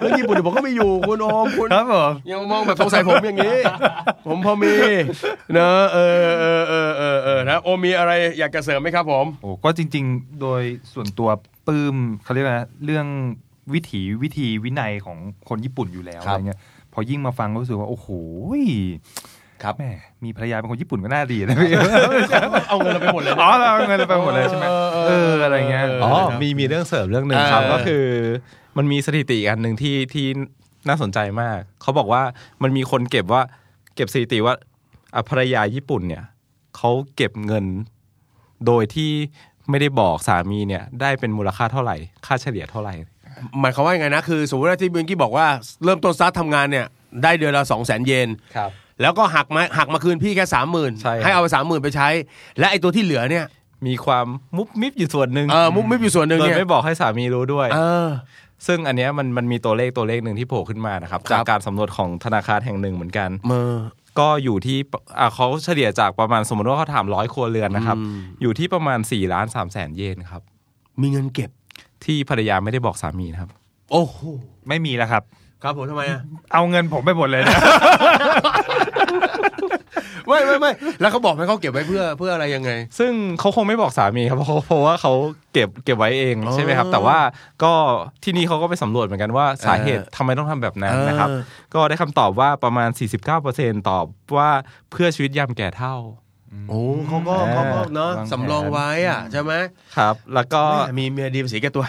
S2: เรื่องญี่ปุ่นเดี๋ยวผมก็ไม่อยู่คุณโอมคุณ
S1: ครับผม
S2: ยังมองแบบสงสัยผมอย่างนี้ ผมพอมี เนอะเออเออเออเออเออนะโอมีอะไรอยากจะเสริมไหมครับผม
S1: โอ้ก็จริง ๆ โดยส่วนตัวปลื้มเขาเรียกว่าอะไรนะเรื่องวิถีวิธีวินัยของคนญี่ปุ่นอยู่แล้ว
S2: ครั
S1: อะ
S2: บ
S1: ไรเงี้ยพอยิ่งมาฟังก็รู้สึกว่า โอ้โหย
S2: ครับ
S1: แหม่มีภรรยาเป็นคนญี่ปุ่นก็น่าดีนะพี่
S2: เอาเงินเราไปหมดเลย
S1: อ๋อเราเอาเงินเราไปหมดเลยใช่ไหม
S2: เออ
S1: เอออะไรเงี้ย
S2: เอ
S3: อ๋อ มีมีเรื่องเสริมเรื่องหนึ่งครับ
S2: เออ
S3: ก็คือ มันมีสถิติอันหนึ่งที่ที่น่าสนใจมาก เขาบอกว่ามันมีคนเก็บว่า เก็บสถิติว่าอ่ะภรรยาญี่ปุ่นเนี่ยเขาเก็บเงิน โดยที่ไม่ได้บอกสามีเนี่ย ได้เป็นมูลค่าเท่าไหร่ ค่าเฉลี่ยเท่าไหร่
S2: หมายความว่ายังไงนะ คือสมมติว่าที่เมื่อกี้บอกว่าเริ่มต้นซัดทำงานเนี่ย ได้เดือนละสองแสนเยน
S3: ครับ
S2: แล้วก็หักมาหักมาคืนพี่แค่สามหมื่น
S3: ใช่ครับ
S2: ให้เอาไปสามหมื่นไปใช้ และไอตัวที่เหลือเนี่ย
S3: มีความมุบมิบอยู่ส่วนหนึ่ง
S2: เออมุกไม่อยู่ส่วนหนึ่ง
S3: โดย
S2: เนี่ย
S3: ไม่บอกให้สามีรู้ด้วย
S2: เออ
S3: ซึ่งอันเนี้ยมันมันมีตัวเลขตัวเลขหนึ่งที่โผล่ขึ้นมานะครับ
S2: ครั
S3: จาก
S2: บ
S3: การสำรวจของธนาคารแห่งหนึ่งเหมือนกัน
S2: เมอ
S3: ก็อยู่ที่ปอ่ะเขาเฉลี่ยจากประมาณสมมติว่าเขาถามร้อยครัวเรือนนะครับ
S2: อืม
S3: อยู่ที่ประมาณ4ี่ล้านสามแสนเยนครับ
S2: มีเงินเก็บ
S3: ที่ภรรยาไม่ได้บอกสามีนะครับ
S2: โอ้โห
S1: ไม่มีแล้วครับ
S2: ครับผมทำไมอะ
S1: เอาเงินผมไปหมดเลยนะ
S2: ไม่ไม่ไม่แล้วเขาบอกไหมเขาเก็บไว้เพื่อเพื่ออะไรยังไง
S3: ซึ่งเขาคงไม่บอกสามีครับเพ ราะเพราะว่าเขาเก็บเก็บไว้เอง
S2: อ๋อ
S3: ใช่ไหมครับ แต่ว่าก็ที่นี่เขาก็ไปสำรวจเหมือนกันว่าสาเหตุทำไมต้องทำแบบนั้นนะครับ
S2: เออ
S3: ก็ได้คำตอบว่าประมาณ 49%ตอบว่าเพื่อชีวิตยามแก่เท่า
S2: โอ้เขาก็
S3: อ่า
S2: เขาก็เนาะ
S1: วางแผน
S2: สำรองไว้อ่ะใช่ไหม
S3: ครับ แล้วก็
S2: แม่มีเมียดีภาษีแก่ตัว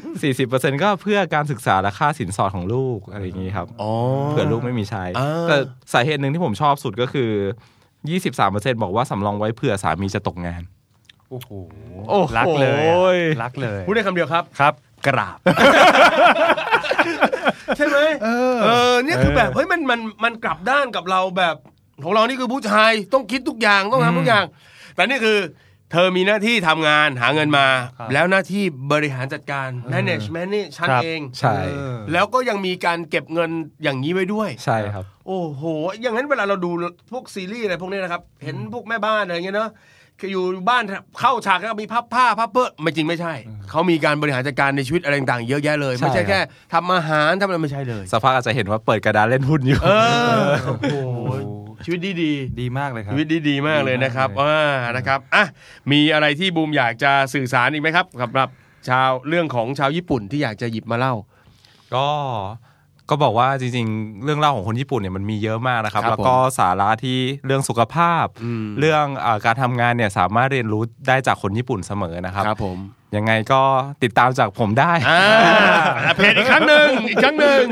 S3: 40%ก็เพื่อการศึกษาและค่าสินสอดของลูกอะไรอย่างนี้ครับ
S2: อ๋อ
S3: เผื่อลูกไม่มีใช้
S2: อ่า
S3: แต่สาเหตุหนึ่งที่ผมชอบสุดก็คือ 23%บอกว่าสำรองไว้เผื่อสามีจะตกงาน
S1: โอ้โห
S2: โอ้โห
S1: รักเลยอะรักเลย
S2: พูดได้คำเดียวครับ
S1: ครับ
S2: กราบ ใช่ไหม
S1: เออ
S2: เออเนี่ยคือแบบเฮ้ยมันมันมันกลับด้านกับเราแบบของเรานี่คือผู้ชายต้องคิดทุกอย่างต้องทำทุกอย่าง แต่นี่คือ เธอมีหน้าที่ทำงานหาเงินมา
S1: ครับ
S2: แล้วหน้าที่บริหารจัดการ management นี่ฉัน
S1: ครับ
S2: เอง
S3: ใช่
S1: เออ
S2: แล้วก็ยังมีการเก็บเงินอย่างนี้ไว้ด้วย
S3: ใช่ครับ
S2: โอ้โห อย่างนั้นเวลาเราดูพวกซีรีส์อะไรพวกนี้นะครับ เห็นพวกแม่บ้านอะไรอย่างเงี้ยเนาะคืออยู่บ้านเข้าฉากแล้วก็มีพับผ้าพับเพื่อไม่จริงไม่ใช่ เขามีการบริหารจัดการในชีวิตอะไรต่างๆเยอะแยะเลย
S3: ใช่
S2: ไม่ใช่แค่ทำอาหารทำอะไรไม่ใช่เลย
S3: สภาพอาจจะเห็นว่าเปิดกระดานเล่นหุ้นอยู่
S2: เออ โอ้โห ชีวิตดีดี
S1: ดีมากเลยค
S2: ๆ
S1: รับ
S2: ชีวิตดีดีๆมากเลยนะครับ
S1: ดีมากเลย
S2: อ่านะครับอ่ะมีอะไรที่บูมอยากจะสื่อสารอีกไหมครับสำหรับชาวเรื่องของชาวญี่ปุ่นที่อยากจะหยิบมาเล่า
S3: ก็ก็บอกว่าจริงๆ เรื่องเล่าของคนญี่ปุ่นเนี่ยมันมีเยอะมากนะครับ
S2: ครับ
S3: แล้วก็สาระที่เรื่องสุขภาพ
S2: อืม
S3: เรื่องเอ่อการทำงานเนี่ยสามารถเรียนรู้ได้จากคนญี่ปุ่นเสมอนะครับ
S2: ครับผม
S3: ยังไงก็ติดตามจากผมได้
S2: อ่าเพจอีกครั้งหนึ่งอีกครั้งหนึ่ง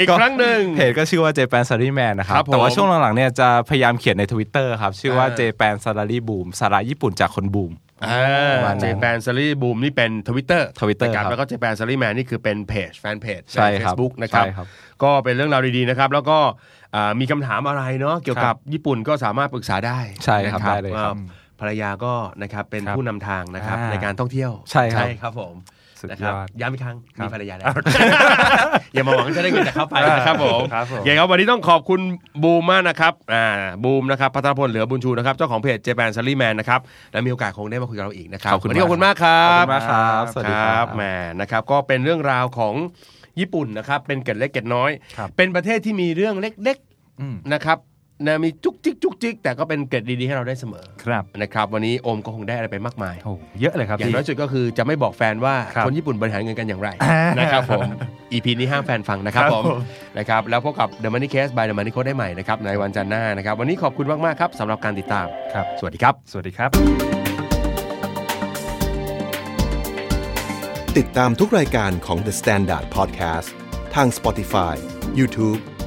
S2: อีกครั้งหนึ่ง
S3: เพจก็ชื่อว่า Japan Salary Man นะครั
S2: ครับ บผม
S3: แต่ว่าช่วงหลังๆเนี่ยจะพยายามเขียนใน Twitter ครับ ชื่อว่า
S2: อ่า
S3: Japan Salary Boom สาระญี่ปุ่นจากคนบูม ประมาณนั้
S2: เจ
S3: น
S2: แปนซารีบูมนี่เป็นทวิตเตอร์
S3: Twitter ครับ
S2: แล้วก็เจแปนซารีแมนนี่คือเป็นเพจแฟนเพจ
S3: ใช่ครับ
S2: เฟซบุ๊กนะครับ
S3: ใช่ครับ
S2: ก็เป็นเรื่องราวดีๆนะครับ แล้วก็อ่ามีคำถามอะไรเนาะเกี่ยวกับญี่ปุ่นก็สามารถปรึกษาได้
S3: ใช่ครับ
S2: นะ
S3: ได้เลยครับ
S2: อ่าภรรยาก็นะครับเป็น
S1: ครับ
S2: ผู้นำทางนะครับ
S1: อ่า
S2: ในการท่องเที่ยว
S3: ใช่ครับ
S2: ครับผม
S1: สุดยอด
S2: นะครับย้ำอีกครั้ง
S1: ครับ
S2: มีภรรยาแล้ว อย่ามาหวังจะได้เงินจากเขาไปนะครับผม
S1: ครับผม
S2: เย้ ครับวันนี้ต้องขอบคุณบูมมากนะครับ อ่า บูมนะครับ พัฒนพล เหลือบุญชูนะครับ เจ้าของเพจ Japan s a l ี y Man นะครับ และมีโอกาสคงได้มาคุยกับเราอีกนะครับ
S3: ขอบคุณ
S2: วัน
S3: มา
S2: นี้
S3: ก
S2: ขอบคุณมากครั
S3: ขอบ ณมากครับ สวัส
S2: ค
S3: ดี
S2: ร
S3: ครั
S2: ั
S3: บ
S2: บแหมนะครับก็เป็นเรื่องราวของญี่ปุ่นนะครับ เป็นเกล็ดเล็กเกล็ดน้อย
S1: ครับ
S2: เป็นประเทศที่มีเรื่องเล็ก
S1: อืม
S2: ๆนะครับนะมีจุกจิกจุกจิกแต่ก็เป็นเกล็ดดีๆให้เราได้เสมอ
S1: ครับ
S2: นะครับ วันนี้โอมก็คงได้อะไรไปมากมาย
S1: โอ้โหเยอะเลยครับ
S2: อย่าง
S1: พี่
S2: น้อยสุดก็คือจะไม่บอกแฟนว่า
S1: ครับ
S2: คนญี่ปุ่นบริหารเงินกันอย่างไร
S1: อ่าน
S2: นะครับผม EP นี้ห้ามแฟนฟังนะครับผมนะครับแล้วพบกับ The Money Case by The Money Code ได้ใหม่นะครับในวันจันทร์หน้านะครับ วันนี้ขอบคุณมากๆครับสำหรับการติดตาม
S1: ครับ
S2: สวัสดีครับ
S1: สวัสดีครับ
S4: ติดตามทุกรายการของ The Standard Podcast ทาง Spotify, YouTube